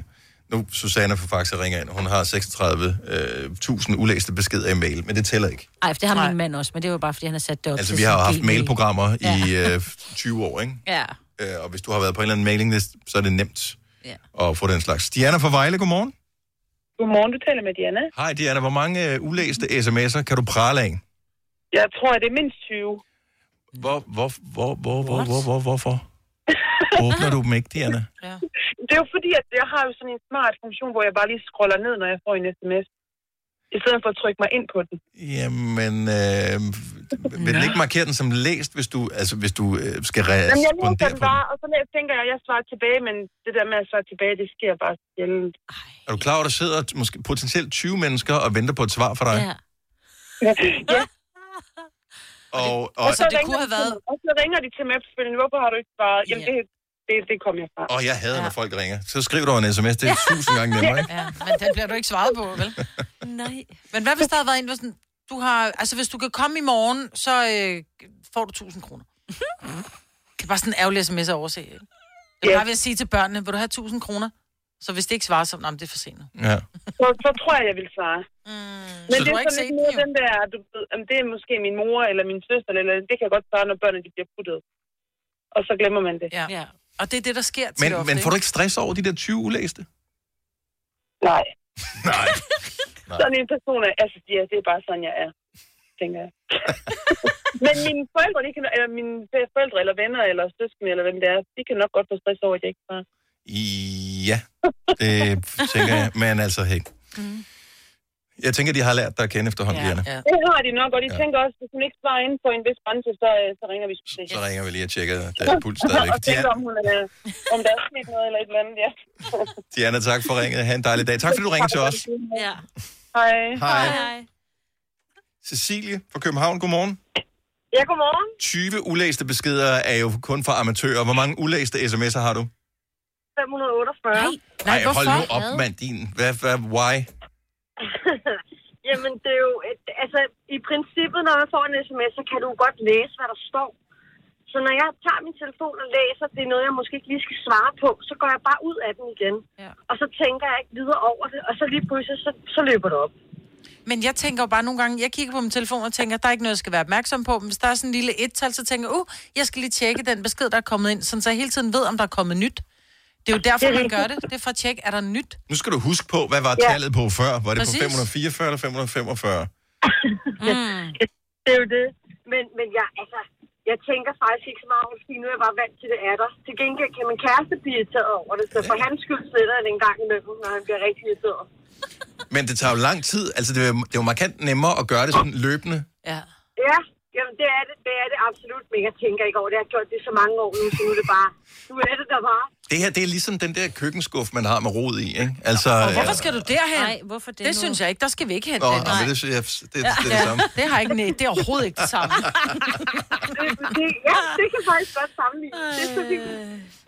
Ja. Nu, Susanne får faktisk at ringe ind. Hun har 36.000 ulæste beskeder i mail, men det tæller ikke.
Ej, for det har min mand også, men det var bare, fordi han har sat det op
Altså,
til
vi har
sin
jo haft
Gmail.
mailprogrammer
Ja.
i øh, 20 år, ikke?
Ja.
Øh, og hvis du har været på en eller anden mailinglist, så er det nemt
Ja.
at få den slags. Diana fra Vejle, godmorgen.
Godmorgen, du taler med Diana.
Hej Diana, hvor mange øh, ulæste sms'er kan du prale af?
Jeg tror, det er mindst 20.
Hvor, hvor, hvor, hvor, hvor, hvor, hvor, hvorfor? *laughs* Åbner du dem ikke, Diana?
Det er jo fordi, at jeg har jo sådan en smart funktion, hvor jeg bare lige scroller ned, når jeg får en sms. I stedet for at trykke mig ind på den.
Jamen, øh, vil den ikke markere den som læst, hvis du, altså, hvis du øh, skal
Jamen, jeg læser
respondere
den
på den?
bare, og så læ- tænker jeg, at jeg svarer tilbage, men det der med at svare tilbage, det sker bare sjældent.
Er du klar over, at der sidder t- måske potentielt 20 mennesker og venter på et svar fra dig?
ja.
Og, og,
Og, så det kunne have været... og så ringer de til mig efterfølgende, hvorfor har du ikke svaret? Jamen, det, det, det kom jeg fra.
og jeg hader, når folk ringer. Så skriv dog en sms, det er tusind gange nemmere,
*laughs*
ikke?
Ja, men den bliver du ikke svaret på, vel?
Nej.
Men hvad hvis der havde været en, hvor sådan, du har, altså hvis du kan komme i morgen, så øh, får du 1000 kroner. Det er bare sådan en ærgerlig sms at overse, ikke? Det er bare ved at sige til børnene, vil du have 1000 kroner? Så hvis det ikke svarer, så "Nå, men det er for sent. nu."
Ja.
Så, så tror jeg, jeg vil svare. Mm. Men
Så
det
du
er
har ikke
sådan lidt
set
mere den der, du ved, om det er måske min mor eller min søster, eller det kan jeg godt svare, når børnene de bliver puttet. Og så glemmer man det.
Ja. Og det er det, der sker til
Men, men får du ikke stress over de der 20 ulæste?
Nej.
Nej. Nej.
Sådan en person er, altså, ja, det er bare sådan, jeg er, tænker *laughs* jeg. Men mine forældre, de kan, eller mine forældre, eller venner, eller søskende, eller hvem det er, de kan nok godt få stress over, at jeg ikke svarer.
Ja, det tænker jeg. Men altså, hey.
Mm.
Jeg tænker, de har lært dig at kende efterhånden, Diana.
Det har de nok, og de
Ja.
ja. tænker også, hvis hun ikke svarer inden for en vis grænse, så, øh, så ringer vi sgu
Så ringer vi lige og tjekker der puls stadigvæk.
og tænker,
Diana,
om, hun er, om der er sket noget eller et eller andet, ja.
Diana, tak for ringet. Ha' en dejlig dag. Tak fordi du ringede til os.
Ja. Hej.
Hej. Cecilie fra København, godmorgen.
Ja, godmorgen.
20 ulæste beskeder er jo kun for amatører. Hvor mange ulæste sms'er har du?
548. Nej,
Nej, hold nu op, mand, din. Hvad, hvad, why?
*laughs* Jamen, det er jo... Et, altså, i princippet, når man får en sms, så kan du jo godt læse, hvad der står. Så når jeg tager min telefon og læser, det er noget, jeg måske ikke lige skal svare på, så går jeg bare ud af den igen. Ja. Og så tænker jeg ikke videre over det, og så lige pludselig, så, så løber det op.
Men jeg tænker jo bare nogle gange, jeg kigger på min telefon og tænker, der er ikke noget, jeg skal være opmærksom på. Men hvis der er sådan en lille et-tal, så tænker jeg, uh, jeg skal lige tjekke den besked, der er kommet ind, sådan så jeg hele tiden ved, om der er kommet nyt. Det er jo derfor, man gør det. Det er for at tjekke, er der nyt?
Nu skal du huske på, hvad var
Ja.
tallet på før? Var det
Præcis.
på 544 eller 545?
Mm. det er jo det. Men, men jeg, altså, jeg tænker faktisk ikke så meget over det, fordi nu er jeg bare vant til, det er der. Til gengæld kan min kæreste blive irriteret over det, så for hans skyld sætter jeg det en gang imellem, når han bliver rigtig irriteret.
Men det tager jo lang tid. Altså, det er, det er jo markant nemmere at gøre det sådan løbende.
Ja. Ja, jamen det er det, det er det absolut, men jeg tænker ikke over det. Jeg har gjort det så mange år nu, så nu er det bare, nu er det der bare.
Det her, det er ligesom den der køkkenskuff, man har med rod i, ikke? Altså,
Og hvorfor skal du derhen?
Nej, hvorfor det
Det
nu?
synes jeg ikke. Der skal vi ikke hen.
Nå, nå, men det, synes jeg, det, det, er det
Ja,
samme.
det har ikke nej, det er overhovedet
*laughs*
ikke det samme.
Det, det, ja, det kan faktisk godt sammenligne. Det er så fint.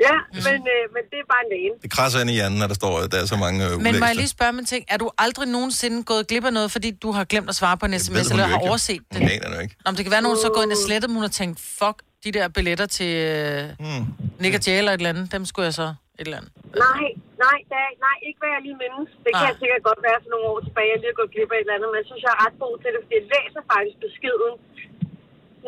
Ja, men, øh, men det er bare en lægen.
Det krasser ind i hjernen, når der står, at der er så mange øh,
Men må jeg
ulæste.
lige spørge om en ting? Er du aldrig nogensinde gået glip af noget, fordi du har glemt at svare på en
ved
sms,
hun
eller
jo
har
ikke, jo.
overset det?
Hun aner det jo ikke.
Nå, men det kan være, at nogen så er gået ind og slettet dem, hun har
Hmm.
tænkt, fuck, de der billetter til øh, Nick og Jay eller et eller andet, dem skulle jeg så et eller andet.
Nej, nej, da, nej, ikke hvad jeg lige mindes. Det kan
Nej.
jeg sikkert godt være for nogle år tilbage, jeg lige har gået glip af et eller andet, men jeg synes, jeg er ret god til det, fordi jeg læser faktisk beskeden,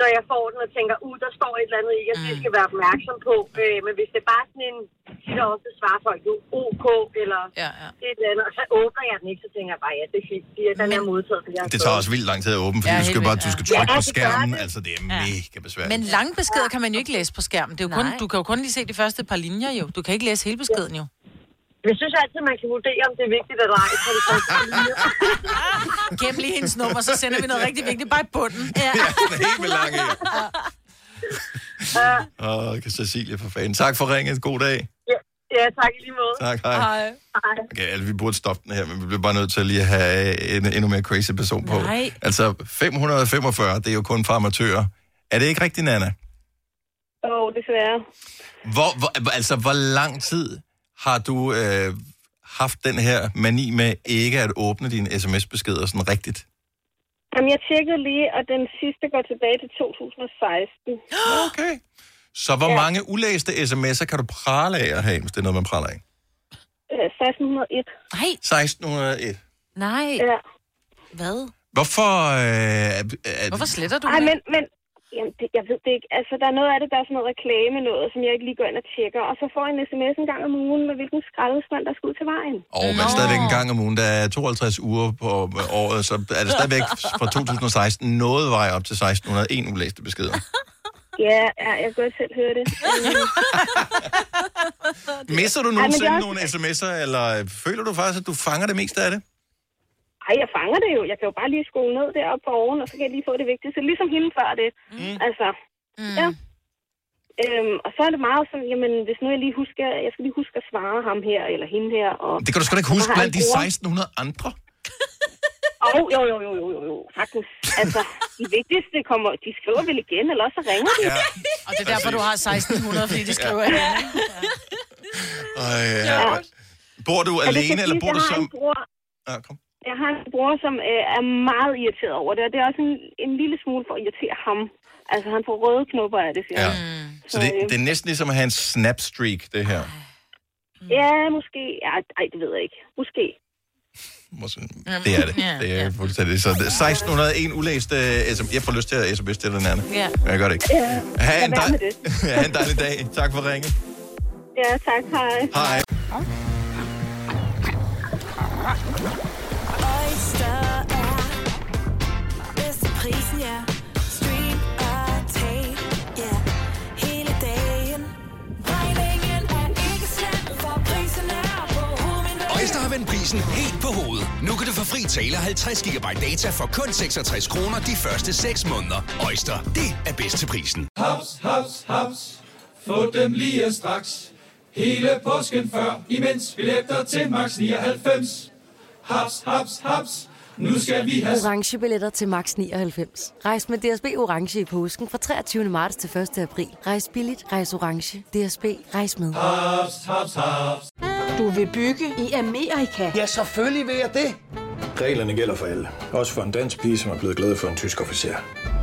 når jeg får den og tænker, uh, der står et eller andet i, jeg mm. skal være opmærksom på. Øh, men hvis det er bare sådan en, tit og ofte svarer folk jo OK, eller ja, ja. et eller andet, og så åbner jeg den ikke, så tænker jeg bare, ja, det er fint, de er altså." den her modtaget, jeg har
Det tager
fået.
også vildt lang tid at åbne, fordi
Ja,
ja, du
helt
skal bare,
vildt,
du
ja.
skal trykke
Ja,
på
det gør
skærmen.
det.
Altså, det er
Ja.
mega besværligt.
Men
*laughs*
lange beskeder kan man jo ikke læse på skærmen. Det er jo kun,
Nej.
du kan jo kun lige se de første par linjer jo. Du kan ikke læse hele beskeden jo.
Jeg synes altid, man kan vurdere, om det er vigtigt eller ej. på de første
*laughs*
linjer.
Gem lige hendes nummer, så sender vi noget rigtig vigtigt bare i bunden. Ja.
Helt vildt langt
*laughs*
Åh, oh, Cecilie for fanden. Tak for ringet. God dag.
ja, tak i lige måde.
Tak, hej. Hej.
Hej.
Okay, altså, vi burde stoppe den her, men vi bliver bare nødt til lige at have en endnu mere crazy person på.
Nej.
Altså, 545, det er jo kun for amatører. Er det ikke rigtigt, Nana?
Åh, oh, desværre.
Hvor, hvor, altså, hvor lang tid har du øh, haft den her mani med ikke at åbne dine sms-beskeder sådan rigtigt?
Jamen, jeg tjekkede lige, og den sidste går tilbage til 2016.
Okay. Så hvor ja. mange ulæste sms'er kan du prale af at have, hvis det er noget, man praler af?
Øh, 1601.
Nej.
1601.
Nej.
Ja.
Hvad?
Hvorfor... Øh, er, er,
sletter
du Ej, men, men jamen, det, jeg ved det ikke. Altså, der er noget af det, der er sådan noget reklame noget, som jeg ikke lige går ind og tjekker. Og så får jeg en sms en gang om ugen med, hvilken skraldespand, der skal ud til vejen.
Og men stadigvæk en gang om ugen, der er 52 uger på øh, året, så er det stadigvæk fra 2016 noget vej op til 1601 ulæste beskeder.
Ja, ja jeg kan godt selv høre det.
Misser du
Ej, men det er
nogensinde
også-
nogle sms'er, eller føler du faktisk, at du fanger det meste af det?
Ej, jeg fanger det jo. Jeg kan jo bare lige skrue ned deroppe på oven, og så kan jeg lige få det vigtigste. Ligesom hende før det. Mm. Altså, mm. ja. Øhm, og så er det meget sådan, jamen, hvis nu jeg lige husker, jeg skal lige huske at svare ham her, eller hende her. Og,
Det kan du sgu da ikke
og så
huske
har jeg
blandt de
en bror.
1600 andre.
Åh, jo, jo, jo, jo, jo, jo, sagtens. Altså, de vigtigste kommer, de skriver vel igen, eller også så ringer de.
Ja.
Og det er derfor, du har 1600, fordi de skriver ja.
Ej, ja. Bor du
Og det
alene,
skal
eller
siges,
bor du
Altså, jeg har
som...
En bror,
Ja, kom.
jeg har en bror, som øh, er meget irriteret over det, og det er også en, en lille smule for at irritere ham. Altså, han får røde knopper af det, siger
Ja.
han.
Så det, det er næsten ligesom at have en snapstreak, det her.
Ja, måske. Ja, ej, det ved jeg ikke. Måske.
Måske. Det er det. Det er fuldstændig. Så det- 1601 ulæste øh, sms. Jeg får lyst til at sms til den anden.
Ja.
Men jeg gør det ikke.
Ja,
Ha'
lad være
en, dej...
med det.
*laughs* ha en dejlig dag. Tak for ringen.
Ja, tak. Hej.
Hej.
Oyster er bedst til prisen, ja. Stream og tag, ja. Hele dagen. Regningen er ikke slem, for prisen er på hovedet.
Øjster har vendt prisen helt på hovedet. Nu kan du få fri tale 50 GB data for kun 66 kroner de første 6 måneder. Øjster, det er bedst til prisen.
Haps, haps, haps. Få dem lige straks. Hele påsken før, imens billetter til max 99. Haps, haps, haps. Nu skal vi have
orange billetter til max 99. Rejs med DSB orange i påsken fra 23. marts til 1. april. Rejs billigt, rejs orange. DSB rejs med.
haps, haps, haps.
Du vil bygge i Amerika? Ja, selvfølgelig vil jeg det.
Reglerne gælder for alle. Også for en dansk pige, som er blevet glad for en tysk officer.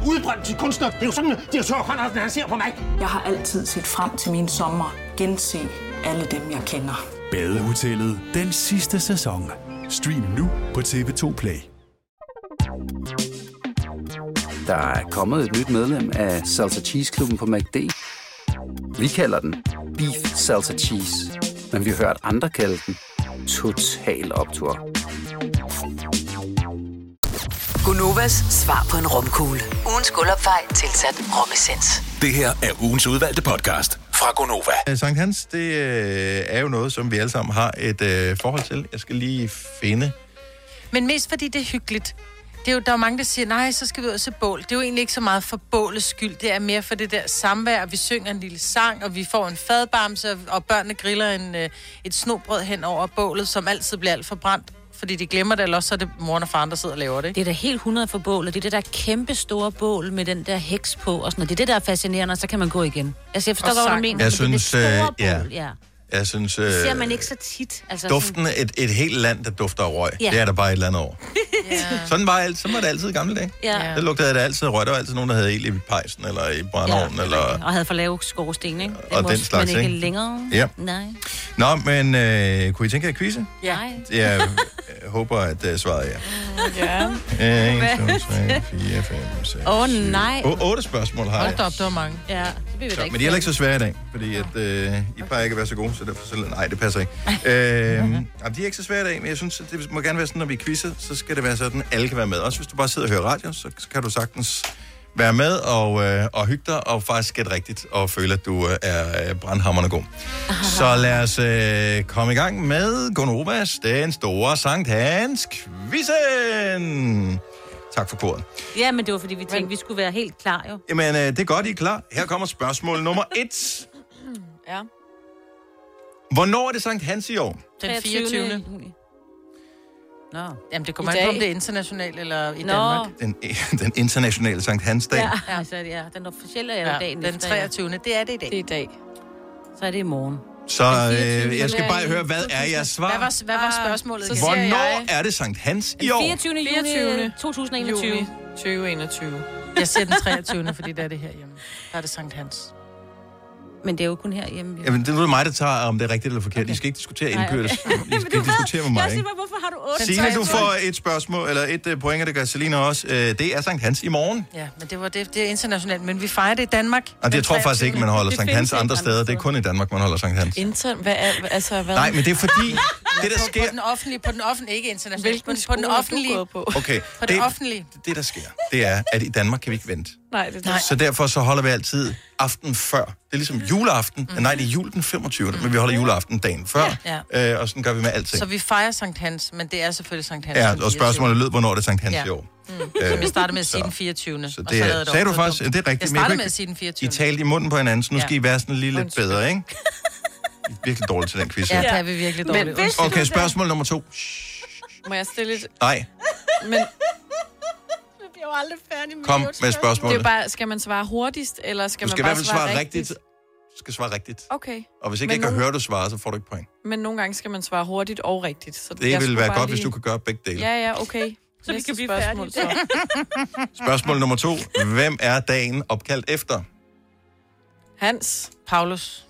Udbrændt til kunstner. Det er jo sådan, at de har tørt, han, han ser på mig. Jeg har altid set frem til min sommer. Gense alle dem, jeg kender.
Badehotellet den sidste sæson. Stream nu på TV2 Play.
Der er kommet et nyt medlem af Salsa Cheese Klubben på MACD. Vi kalder den Beef Salsa Cheese, men vi har hørt andre kalde den Total Optor.
Gunovas svar på en romkugle. Ugens guldopfej tilsat romessens.
Det her er ugens udvalgte podcast fra Gonova.
Øh, Sankt Hans, det øh, er jo noget, som vi alle sammen har et øh, forhold til. Jeg skal lige finde...
Men mest fordi det er hyggeligt. Det er jo, der er jo mange, der siger, nej, så skal vi ud og se bål. Det er jo egentlig ikke så meget for bålets skyld. Det er mere for det der samvær, og vi synger en lille sang, og vi får en fadbamse, og- og børnene griller en, øh, et snobrød hen over bålet, som altid bliver alt for brændt, fordi de glemmer det, eller også så er det moren og faren, der sidder og laver det.
Det er da helt 100 for bålet. Det er det der kæmpe store bål med den der heks på og sådan noget. Det er det, der er fascinerende, og så kan man gå igen. Altså, jeg forstår
Og
godt, hvad du
sang.
mener.
Jeg
men
synes,
det er det
øh,
store
ja.
bål, ja.
Jeg synes,
Det ser
øh,
man ikke så tit. Altså,
duften af et, et helt land, der dufter af røg.
Ja.
Det er der bare et eller andet over.
*laughs* Ja.
Sådan var, alt, sådan var det altid i gamle dage.
Ja.
Der lugtede det altid af røg. Der var altid nogen, der havde ild i pejsen, eller i brændeovnen, ja, eller...
Og havde for lave skorsten, ikke? Den
Og
må
den
man
slags,
ikke?
ikke?
længere.
Ja.
Nej.
Nå, men øh, kunne I tænke jer at quizze?
Ja.
Jeg øh, håber, at øh, svaret er
Ja.
ja. 1, 2,
Hvad?
3, 4, 5, 6,
Åh, nej.
7. 8 spørgsmål har jeg.
Hold da op, det var mange. Ja, det bliver
Så, men de er heller ikke så svære i dag, fordi at, øh, I plejer ikke at være så gode, så derfor så, nej, det passer ikke. Øh, jamen, de er ikke så svære i dag, men jeg synes, at det må gerne være sådan, når vi quizzer, så skal det være sådan, at alle kan være med. Også hvis du bare sidder og hører radio, så så kan du sagtens være med og, øh, og hygge dig, og faktisk gætte rigtigt, og føle, at du øh, er øh, brandhammerende god. Så lad os øh, komme i gang med Gonovas, den store Sankt Hans quizzen. Tak for koden.
Ja, men det var fordi, vi tænkte, vi skulle være helt klar jo.
Jamen, øh, det er godt, I er klar. Her kommer spørgsmål nummer et.
Ja.
Hvornår er det Sankt Hans i år?
Den 24.
juni. Nå.
Jamen, det kommer
I
an på, om
dag?
det er internationalt eller i
Nå.
Danmark.
Den, *laughs* den internationale Sankt Hans dag.
Ja, altså, ja, den officielle er jo
Ja,
ja, dagen
den
efter,
23.. Det er det i dag.
Det er i dag. Så er det i morgen.
Så øh, jeg skal
er
bare
i-
høre, hvad er jeres svar?
Hvad var, hvad var spørgsmålet? igen?
Hvornår er det Sankt Hans i år?
24. juni 2021.
Juni 2021. Jeg siger den 23. fordi det er det her hjemme. Der er det Sankt Hans.
Men det er jo kun herhjemme.
Jamen, det er nu mig, der tager, om det er rigtigt eller forkert. Okay. I skal ikke diskutere
Nej, okay.
indbyrdes. I skal ikke diskutere med mig, ikke?
hvorfor har du 8?
Signe, du får et spørgsmål, eller et øh, point, og det gør Selina også. Øh, Det er Sankt Hans i morgen.
Ja, men det, var det, det er internationalt, men vi fejrer det i Danmark.
Og det
den
jeg tror faktisk ikke, man holder
23..
Sankt Hans andre steder. Det er kun i Danmark, man holder Sankt Hans.
Inter... Hvad er... Altså, hvad?
Nej, men det er fordi, det der
På
sker...
den offentlige, på den offentlige, ikke internationalt.
Hvilken
på, den- på den
skole har du
offentlige.
*laughs*
gået på?
Okay,
På det,
det,
offentlige.
det der sker, det er, at i Danmark kan vi ikke vente.
Nej, det
Så derfor så holder vi altid aften før. Det er ligesom juleaften. Mm. Nej, det er jul den 25. Mm. Men vi holder juleaften dagen før.
Mhm. Ja,
ja. Øh, og sådan gør vi med alting.
Så vi fejrer Sankt Hans, men det er selvfølgelig Sankt Hans. den
ja, og
24..
spørgsmålet lød, hvornår er det Sankt Hans
Ja.
ja. i år? Øh,
Mm. Så vi startede med at sige den 24.
Så
og
det,
så lavede
er,
et
sagde du
år.
faktisk, det er rigtigt. men
Jeg
kunne
startede med
ikke-
at sige den 24.
I talte i munden på hinanden, så nu
Ja.
skal I være sådan lige lidt bedre, ikke? I er virkelig dårligt til den quiz.
Ja,
her.
det er vi virkelig
Men
dårligt.
vidste
Okay, spørgsmål nummer to.
Må jeg stille et...
Nej,
Men...
Jeg bliver jo aldrig færdig med
Kom med spørgsmålet. spørgsmålet.
Det er bare, skal man svare hurtigst, eller skal
du skal i
man bare
hvert fald
svare,
svare
rigtigt?
rigtigt. Du skal svare rigtigt.
Okay.
Og hvis ikke
Men
jeg kan
nogen-
høre, du svarer, så får du ikke point.
Men nogle gange skal man svare hurtigt og rigtigt. Så
Det ville være godt, hvis du kunne gøre begge dele.
Ja, ja,
*laughs*
okay. Så vi kan blive spørgsmål, færdige. Så.
Spørgsmål nummer to. Hvem er dagen opkaldt efter?
Hans.
Paulus.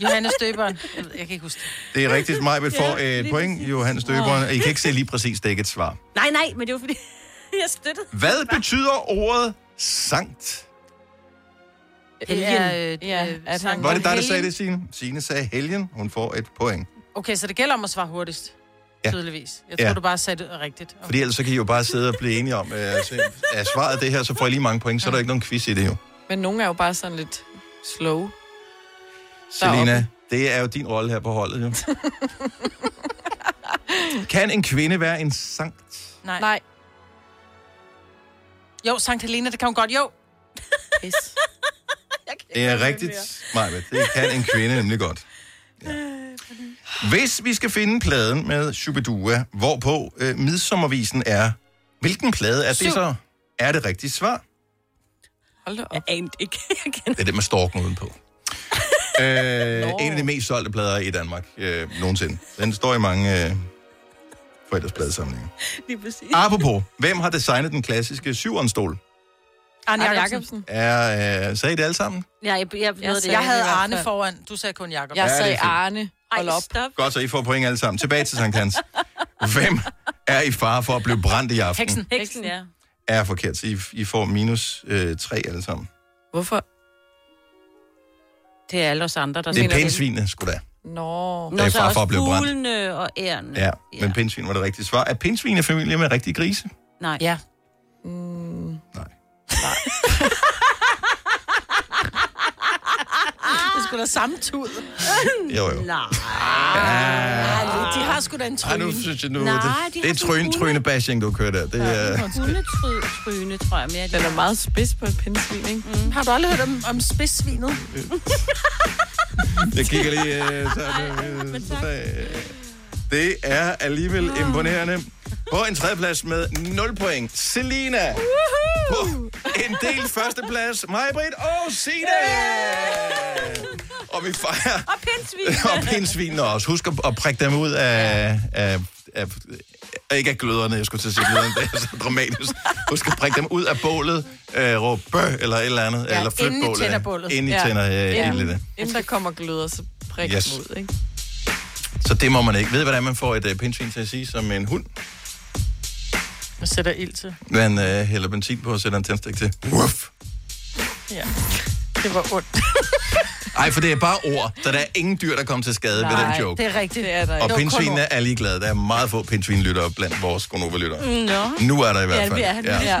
Johannes Døberen. Jeg, ved- jeg kan ikke huske det.
Det er
*laughs*
rigtigt, mig vil få
Ja,
et
lige
point, Johannes Døberen. I kan ikke se lige præcis, det er ikke et svar.
Nej, nej, men det var fordi, *laughs* jeg støttede.
Hvad betyder ordet sankt?
Ja, øh, ja, at han
Var det dig, der sagde det, Signe? Signe sagde helgen. Hun får et point.
Okay, så det gælder om at svare hurtigst.
Ja.
Ja. Tydeligvis. Jeg
Ja.
tror, du bare sagde det rigtigt.
Fordi ellers så kan I jo bare sidde og blive enige om, øh, altså, er svaret det her, så får I lige mange point. Så er der ikke nogen quiz i det jo.
Men nogle er jo bare sådan lidt slow.
Selina, det er jo din rolle her på holdet jo.
*laughs*
Kan en kvinde være en sankt?
Nej. Nej. Jo, Sankt Helena, det kan hun godt. Jo.
Yes.
Det er rigtigt, Maja. Det kan en kvinde nemlig godt. Ja. Hvis vi skal finde pladen med Shubidua, hvorpå øh, midsommervisen er, hvilken plade er
Syv.
det så? Er det rigtigt svar?
Hold da op.
Jeg anede ikke. *laughs* Jeg kan-
Det er det med
*laughs*
storken udenpå. øh, en af de mest solgte plader i Danmark øh, nogensinde. Den står i mange øh, forældres pladesamlinger.
Lige præcis.
Apropos, hvem har designet den klassiske syvåndstol?
Arne Jacobsen.
Er, øh, sagde I det alle sammen?
Ja, jeg, jeg, jeg,
Jeg,
det.
jeg havde Arne foran. Du sagde kun Jacob.
Jeg Ja, det er sagde fint.
Arne.
Hold op. Stop.
Godt, så I får point alle sammen. Tilbage til Sankt Hans. Hvem er i fare for at blive brændt i aften?
Heksen. Heksen, ja.
Er forkert, så I, I får minus øh, 3 alle sammen.
Hvorfor?
Det er alle os andre, der
det er pindsvinene, sgu da.
Nå.
Nå,
Der er
så
far Øh, for
også
at blive brændt.
fuglene og ærerne.
Ja, men pindsvin var det rigtige svar. Er pindsvin en familie med rigtige grise?
Nej. Ja.
Det skulle da samme tud.
Jo, jo.
Nej.
Ja.
De har sgu da en
Ej,
tryne.
nu synes jeg nu,
Nej,
det,
de har
det er
sådan
tryn,
hunde.
trynebashing, du kører der. Det er,
Hundetryne, tror jeg mere.
Den er meget spids på et pindsvin, ikke?
Mm. Har du aldrig hørt om, om spidsvinet?
jeg kigger lige øh,
*laughs*
sådan. Øh, sådan, øh. Det er alligevel imponerende. På en tredjeplads med 0 point, Selina. På en del førsteplads, Majbrit og Sina. *laughs* Og vi fejrer...
Og pindsvin.
*laughs* og pindsvinene også. Husk at, at prikke dem ud af, af, af, af... Ikke af gløderne, jeg skulle til at sige gløderne, det er så dramatisk. Husk at prikke dem ud af bålet, øh, råb bøh, eller et eller andet,
Ja,
eller flyt
inden I
bålet.
tænder bålet.
Inden I
Ja.
tænder øh,
Ja.
ja. i det.
Inden der kommer gløder, så prikke
Yes.
yes. mod, ikke?
Så det må man ikke. Ved I, hvordan man får et uh, pindsvin til at sige som en hund?
Og sætter ild til.
Man uh, hælder benzin på og sætter en tændstik til. Uff.
Ja. Det var ondt.
Ej, for det er bare ord, så der er ingen dyr, der kommer til skade ved den joke.
det er rigtigt. Det er der
Og pindsvinene er ligeglade. Der er meget få pindsvinlyttere blandt vores gonova-lyttere.
Nå.
Nu er der i hvert fald.
Ja, det er, ja.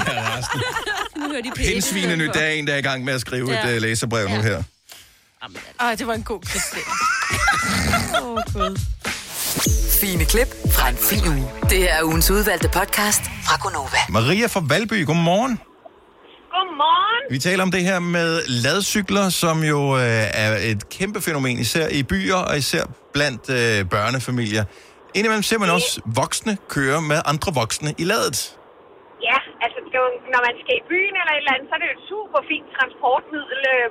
*laughs* nu er de pæne.
Pindsvinene, der er en, der er i gang med at skrive
Ja.
et uh, læserbrev nu her.
Ej, det var en god kiste. Åh, oh, Gud.
Fine klip fra en fin uge. Det her er ugens udvalgte podcast fra Gonova.
Maria fra Valby, godmorgen.
Godmorgen.
Vi taler om det her med ladcykler, som jo øh, er et kæmpe fænomen, især i byer og især blandt øh, børnefamilier. Indimellem ser man også voksne køre med andre voksne i ladet.
Ja, altså det er jo, når man skal i byen eller et eller andet, så er det jo et super fint transportmiddel, øh,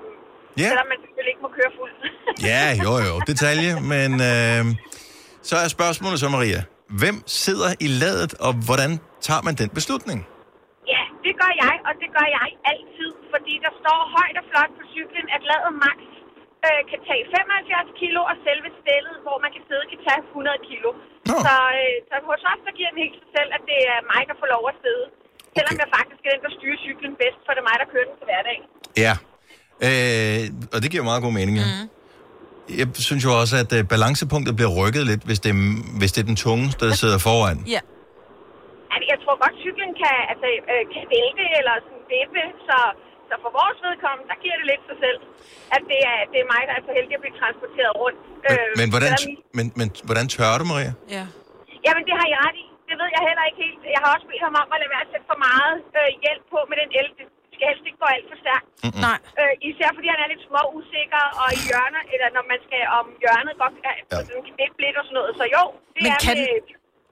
Ja.
selvom man selvfølgelig ikke må køre fuldt. *laughs*
Ja, jo jo, detalje, men øh, så er spørgsmålet så, Maria. Hvem sidder i ladet, og hvordan tager man den beslutning?
ja, det gør jeg, og det gør jeg altid, fordi der står højt og flot på cyklen, at ladet max øh, kan tage 75 kilo, og selve stillet, hvor man kan sidde, kan tage 100 kilo. Så, øh, så hos os, der giver den helt sig selv, at det er mig, der får lov at sidde. Selvom jeg faktisk er den, der styrer cyklen bedst, for det er mig, der kører den til hverdag.
Ja. Øh, og det giver meget god mening, ja. Mm. Jeg synes jo også, at øh, balancepunktet bliver rykket lidt, hvis det, er, hvis det er den tungeste, der sidder foran.
Ja. Altså, jeg tror godt, cyklen kan, altså, øh, kan vælte eller sådan vippe, så, så for vores vedkommende, der giver det lidt sig selv, at det er, det er mig, der er så heldig at blive transporteret rundt. Øh,
Men,
Øh,
men, hvordan,
selvom-
men, men hvordan tør du, Maria?
Ja. Jamen, det har I ret i. Det ved jeg heller ikke helt. Jeg har også bedt ham om at lade være at sætte for meget øh, hjælp på med den el. Det skal helst ikke gå alt for stærkt.
Mm.
Mm-mm.
Nej. Øh, især fordi han er lidt små usikker, og i hjørner, eller når man skal om hjørnet, godt kan ja. sådan knippe lidt og sådan noget. Så jo, det
Men
er
kan,
med,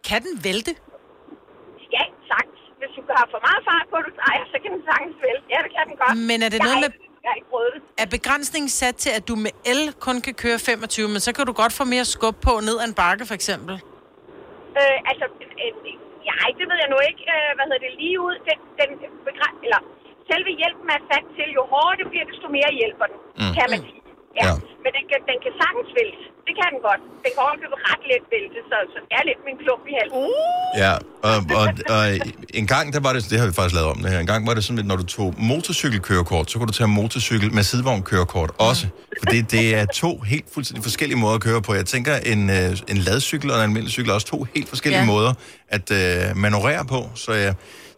kan den vælte?
Ja, sagt. Hvis du har for meget fart på, du ejer, så kan den sagtens vælte. Ja, det kan den godt.
Men er det
jeg
noget
har
med-
Ikke, jeg har ikke prøvet det.
Er begrænsningen sat til, at du med el kun kan køre 25, men så kan du godt få mere skub på ned ad en bakke, for eksempel?
Øh, altså, øh, ja, det ved jeg nu ikke, øh, hvad hedder det, lige ud. Den, den begræ- eller, selve hjælpen er sat til, jo hårdere det bliver, desto mere hjælper den,
Mm.
mm. kan man sige. Ja. ja. Men den kan, den kan sagtens vælte. Det kan den godt. Den kan ovenkøbet ret let vælte, så, så det er lidt min klump i halsen. Uh.
Ja, og, og, og en gang, der var det, det har vi faktisk lavet om det her, en gang var det sådan, at når du tog motorcykelkørekort, så kunne du tage motorcykel med sidevognkørekort også.
Mm.
Fordi det er to helt fuldstændig forskellige måder at køre på. Jeg tænker, en, øh, en ladcykel og en almindelig cykel er også to helt forskellige
Ja.
ja. måder at øh, manøvrere på. Så, øh,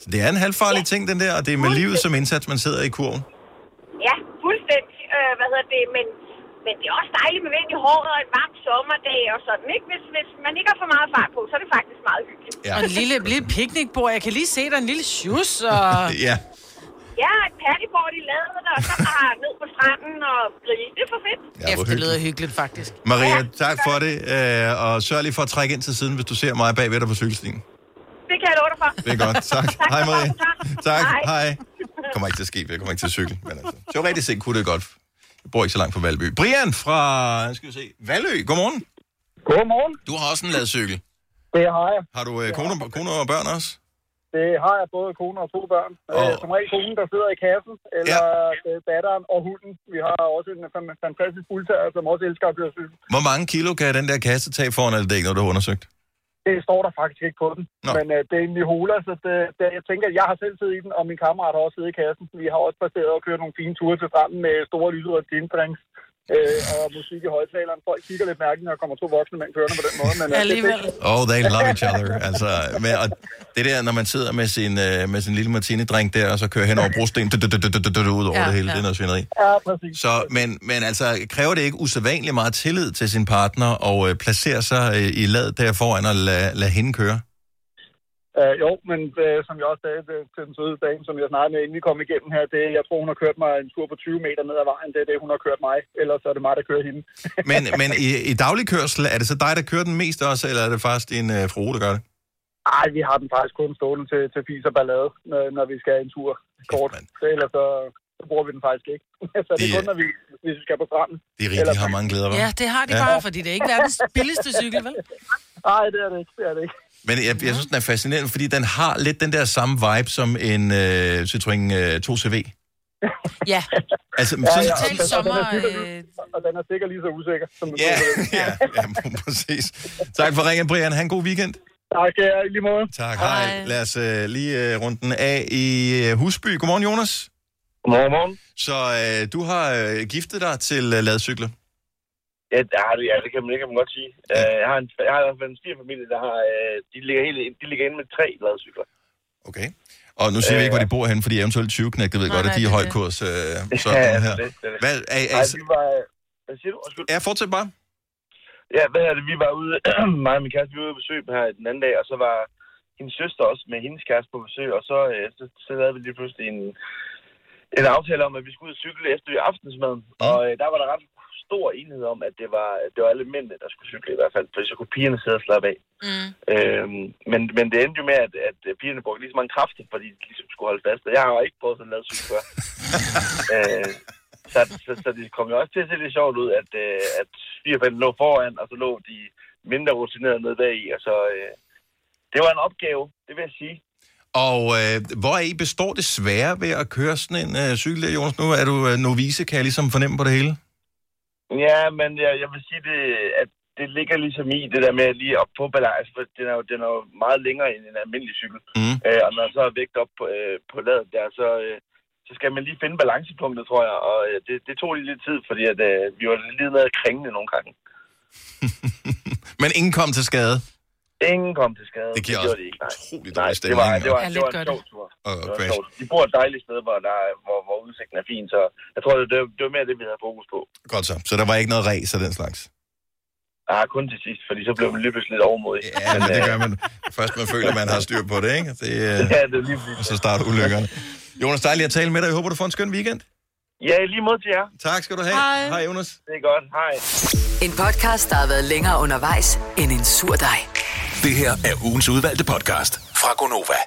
så det er en halvfarlig ja. ting, den der, og det er med livet som indsats, man sidder i kurven.
Ja, fuldstændig. Øh, hvad hedder det? Men, men det er også dejligt med vind i håret og en varm sommerdag og sådan, ikke? Hvis, hvis man ikke har for meget fart på, så er det faktisk meget hyggeligt.
Ja. Og en lille, lille picnicbord. Jeg kan lige se, der er en lille sjus. Og...
ja.
Ja, et paddybord i ladet, og så bare ned på stranden og grille. Det er for fedt.
Ja, hvor
det lyder hyggeligt, faktisk.
Maria, tak for det, øh, og sørg lige for at trække ind til siden, hvis du ser mig bagved dig på cykelstien.
Det kan jeg love dig for.
Det er godt, tak. Hej Maria. Tak,
Hej.
hej. Kommer ikke til at ske, jeg kommer ikke til at cykle. Men altså, teoretisk set kunne det godt. Jeg bor ikke så langt fra Valby. Brian fra, nu skal vi se, Valø, godmorgen.
Godmorgen.
Du har også en ladcykel.
Det har jeg.
Har du øh, kone, kone og børn også?
Det har jeg både kone og to børn.
Og-
Oh. Som regel konen, der sidder i kassen, eller ja. datteren og hunden. Vi har også en fan- fantastisk fuldtager, som også elsker at blive syg.
Hvor mange kilo kan den der kasse tage foran, eller det er ikke noget, du har undersøgt?
Det står der faktisk ikke på den. Nå. Men øh, det er en Nihola, så det, det, jeg tænker, at jeg har selv siddet i den, og min kammerat har også siddet i kassen. Vi har også passeret og kørt nogle fine ture til stranden med store lyserøde og gindbrings. Øh, og musik i højtaleren. Folk kigger lidt mærkeligt, når der kommer to voksne mænd kørende på den måde. Men, øh, det-
Alligevel.
Oh, they love each other. Altså, med, og det der, når man sidder med sin, øh, med sin lille martini-drink der, og så kører hen over brosten, dut, dut, dut, dut, dut, dut, ud over
Ja,
det hele,
ja.
det er noget svineri.
Ja, præcis.
Så, men, men altså, kræver det ikke usædvanligt meget tillid til sin partner, og øh, placere sig øh, i lad der foran, og lade lad hende køre?
Uh, jo, men uh, som jeg også sagde øh, til den søde dame, som jeg snakkede med, inden vi kom igennem her, det, jeg tror, hun har kørt mig en tur på 20 meter ned ad vejen. Det er det, hun har kørt mig. Ellers er det mig, der kører hende.
Men, men i, i daglig kørsel, er det så dig, der kører den mest også, eller er det faktisk din øh, frue, der gør det?
Ej, vi har den faktisk kun stående til, til fis og ballade, når, når vi skal en tur kort. Så ellers så, så bruger vi den faktisk ikke. *laughs* så det er
Det-
kun, når vi, hvis vi skal på stranden.
Det er rigtigt, de har mange glæder, hva'?
Ja, det har de ja. bare, fordi det er ikke verdens billigste cykel, vel?
Nej, det er det ikke. Det er det ikke.
Men jeg, jeg synes, den er fascinerende, fordi den har lidt den der samme vibe som en øh, Citroën øh, 2CV.
*laughs* Ja.
Altså, sådan,
og, den, og, den er sikkert,
øh,
lige- og den er sikkert lige så usikker, som den
Ja, *laughs*
yeah.
ja, ja, præcis. Tak for ringen, Brian. Ha' en god weekend.
Tak, ja, i lige måde.
Tak, hej. hej. Lad os øh, lige øh, runde den af i øh, Husby. Godmorgen, Jonas.
Godmorgen, morgen.
Så øh, du har øh, giftet dig til øh, ladcykler.
Ja, ja, det, ja, det kan man, det kan man godt sige. Øh, jeg har en, jeg har i hvert fald en svigerfamilie, der har, øh, de ligger hele, de ligger inde med tre ladcykler.
Og nu siger øh, vi ikke, hvor de bor hen, fordi eventuelt 20 knægte ved godt, at de er i høj
*laughs*
kurs. Øh, sådan ja, her.
det- det-
Hvad,
Nej,
altså- er, er,
vi var, hvad siger du? Undskyld.
Ja, fortsæt bare.
Ja, hvad er det? Vi var ude, *clears throat* mig og min kæreste, vi var ude på besøg her den anden dag, og så var hendes søster også med hendes kæreste på besøg, og så, øh, så, så lavede vi lige pludselig en, en aftale om, at vi skulle ud og cykle efter aftensmaden, mm. og øh, der var der ret stor enighed om, at det var, det var alle mændene, der skulle cykle i hvert fald, for så kunne pigerne sidde og slappe af.
Mm.
Øhm, men, men det endte jo med, at, at pigerne brugte lige så mange kræfter, fordi de ligesom skulle holde fast. Og jeg har jo ikke prøvet sådan noget syg før. øh, så, så, så det kom jo også til at se lidt sjovt ud, at, øh, at svigerfanden lå foran, og så lå de mindre rutinerede nede bag i. Og så, øh, det var en opgave, det vil jeg sige.
Og øh, hvor er I består det svære ved at køre sådan en øh, cykel, der, Jonas? Nu er du øh, novice, kan jeg ligesom fornemme på det hele.
Ja, men jeg, jeg vil sige, det, at det ligger ligesom i det der med at lige op på balance, for den er, jo, den er jo meget længere end en almindelig cykel.
Mm.
Øh, og når jeg så er vægt op på, øh, på ladet der, så, øh, så skal man lige finde balancepunktet, tror jeg. Og øh, det, det tog lige lidt tid, fordi at, øh, vi var lige nede kringende nogle gange.
Men ingen kom til skade.
Ingen kom til skade.
Det giver
gjorde
også
de ikke, nej.
utrolig
nej,
dårlig
det var,
stemning.
det var,
og-
det var en sjov tur.
Og,
Det
og
var
crash.
sjovt. De bor et dejligt sted, hvor, der, er- hvor, hvor udsigten er fin, så jeg tror, det, det, var- det var mere det, vi havde fokus på.
Godt så. Så der var ikke noget ræs af den slags.
Ah, kun til sidst, fordi så blev man lige pludselig lidt overmodig. øh,
Ja, men det gør
*laughs*
man. Først man føler, man har styr på det, ikke? Det, øh, ja, det
er lige
Og så starter ulykkerne. Jonas, dejligt at tale med dig. Jeg håber, du får en skøn weekend.
Ja, lige mod til jer.
Tak skal du have.
Hej.
Hej Jonas.
Det er godt. Hej.
En podcast, der har været længere undervejs end en sur dej.
Det her er ugens udvalgte podcast fra Gonova.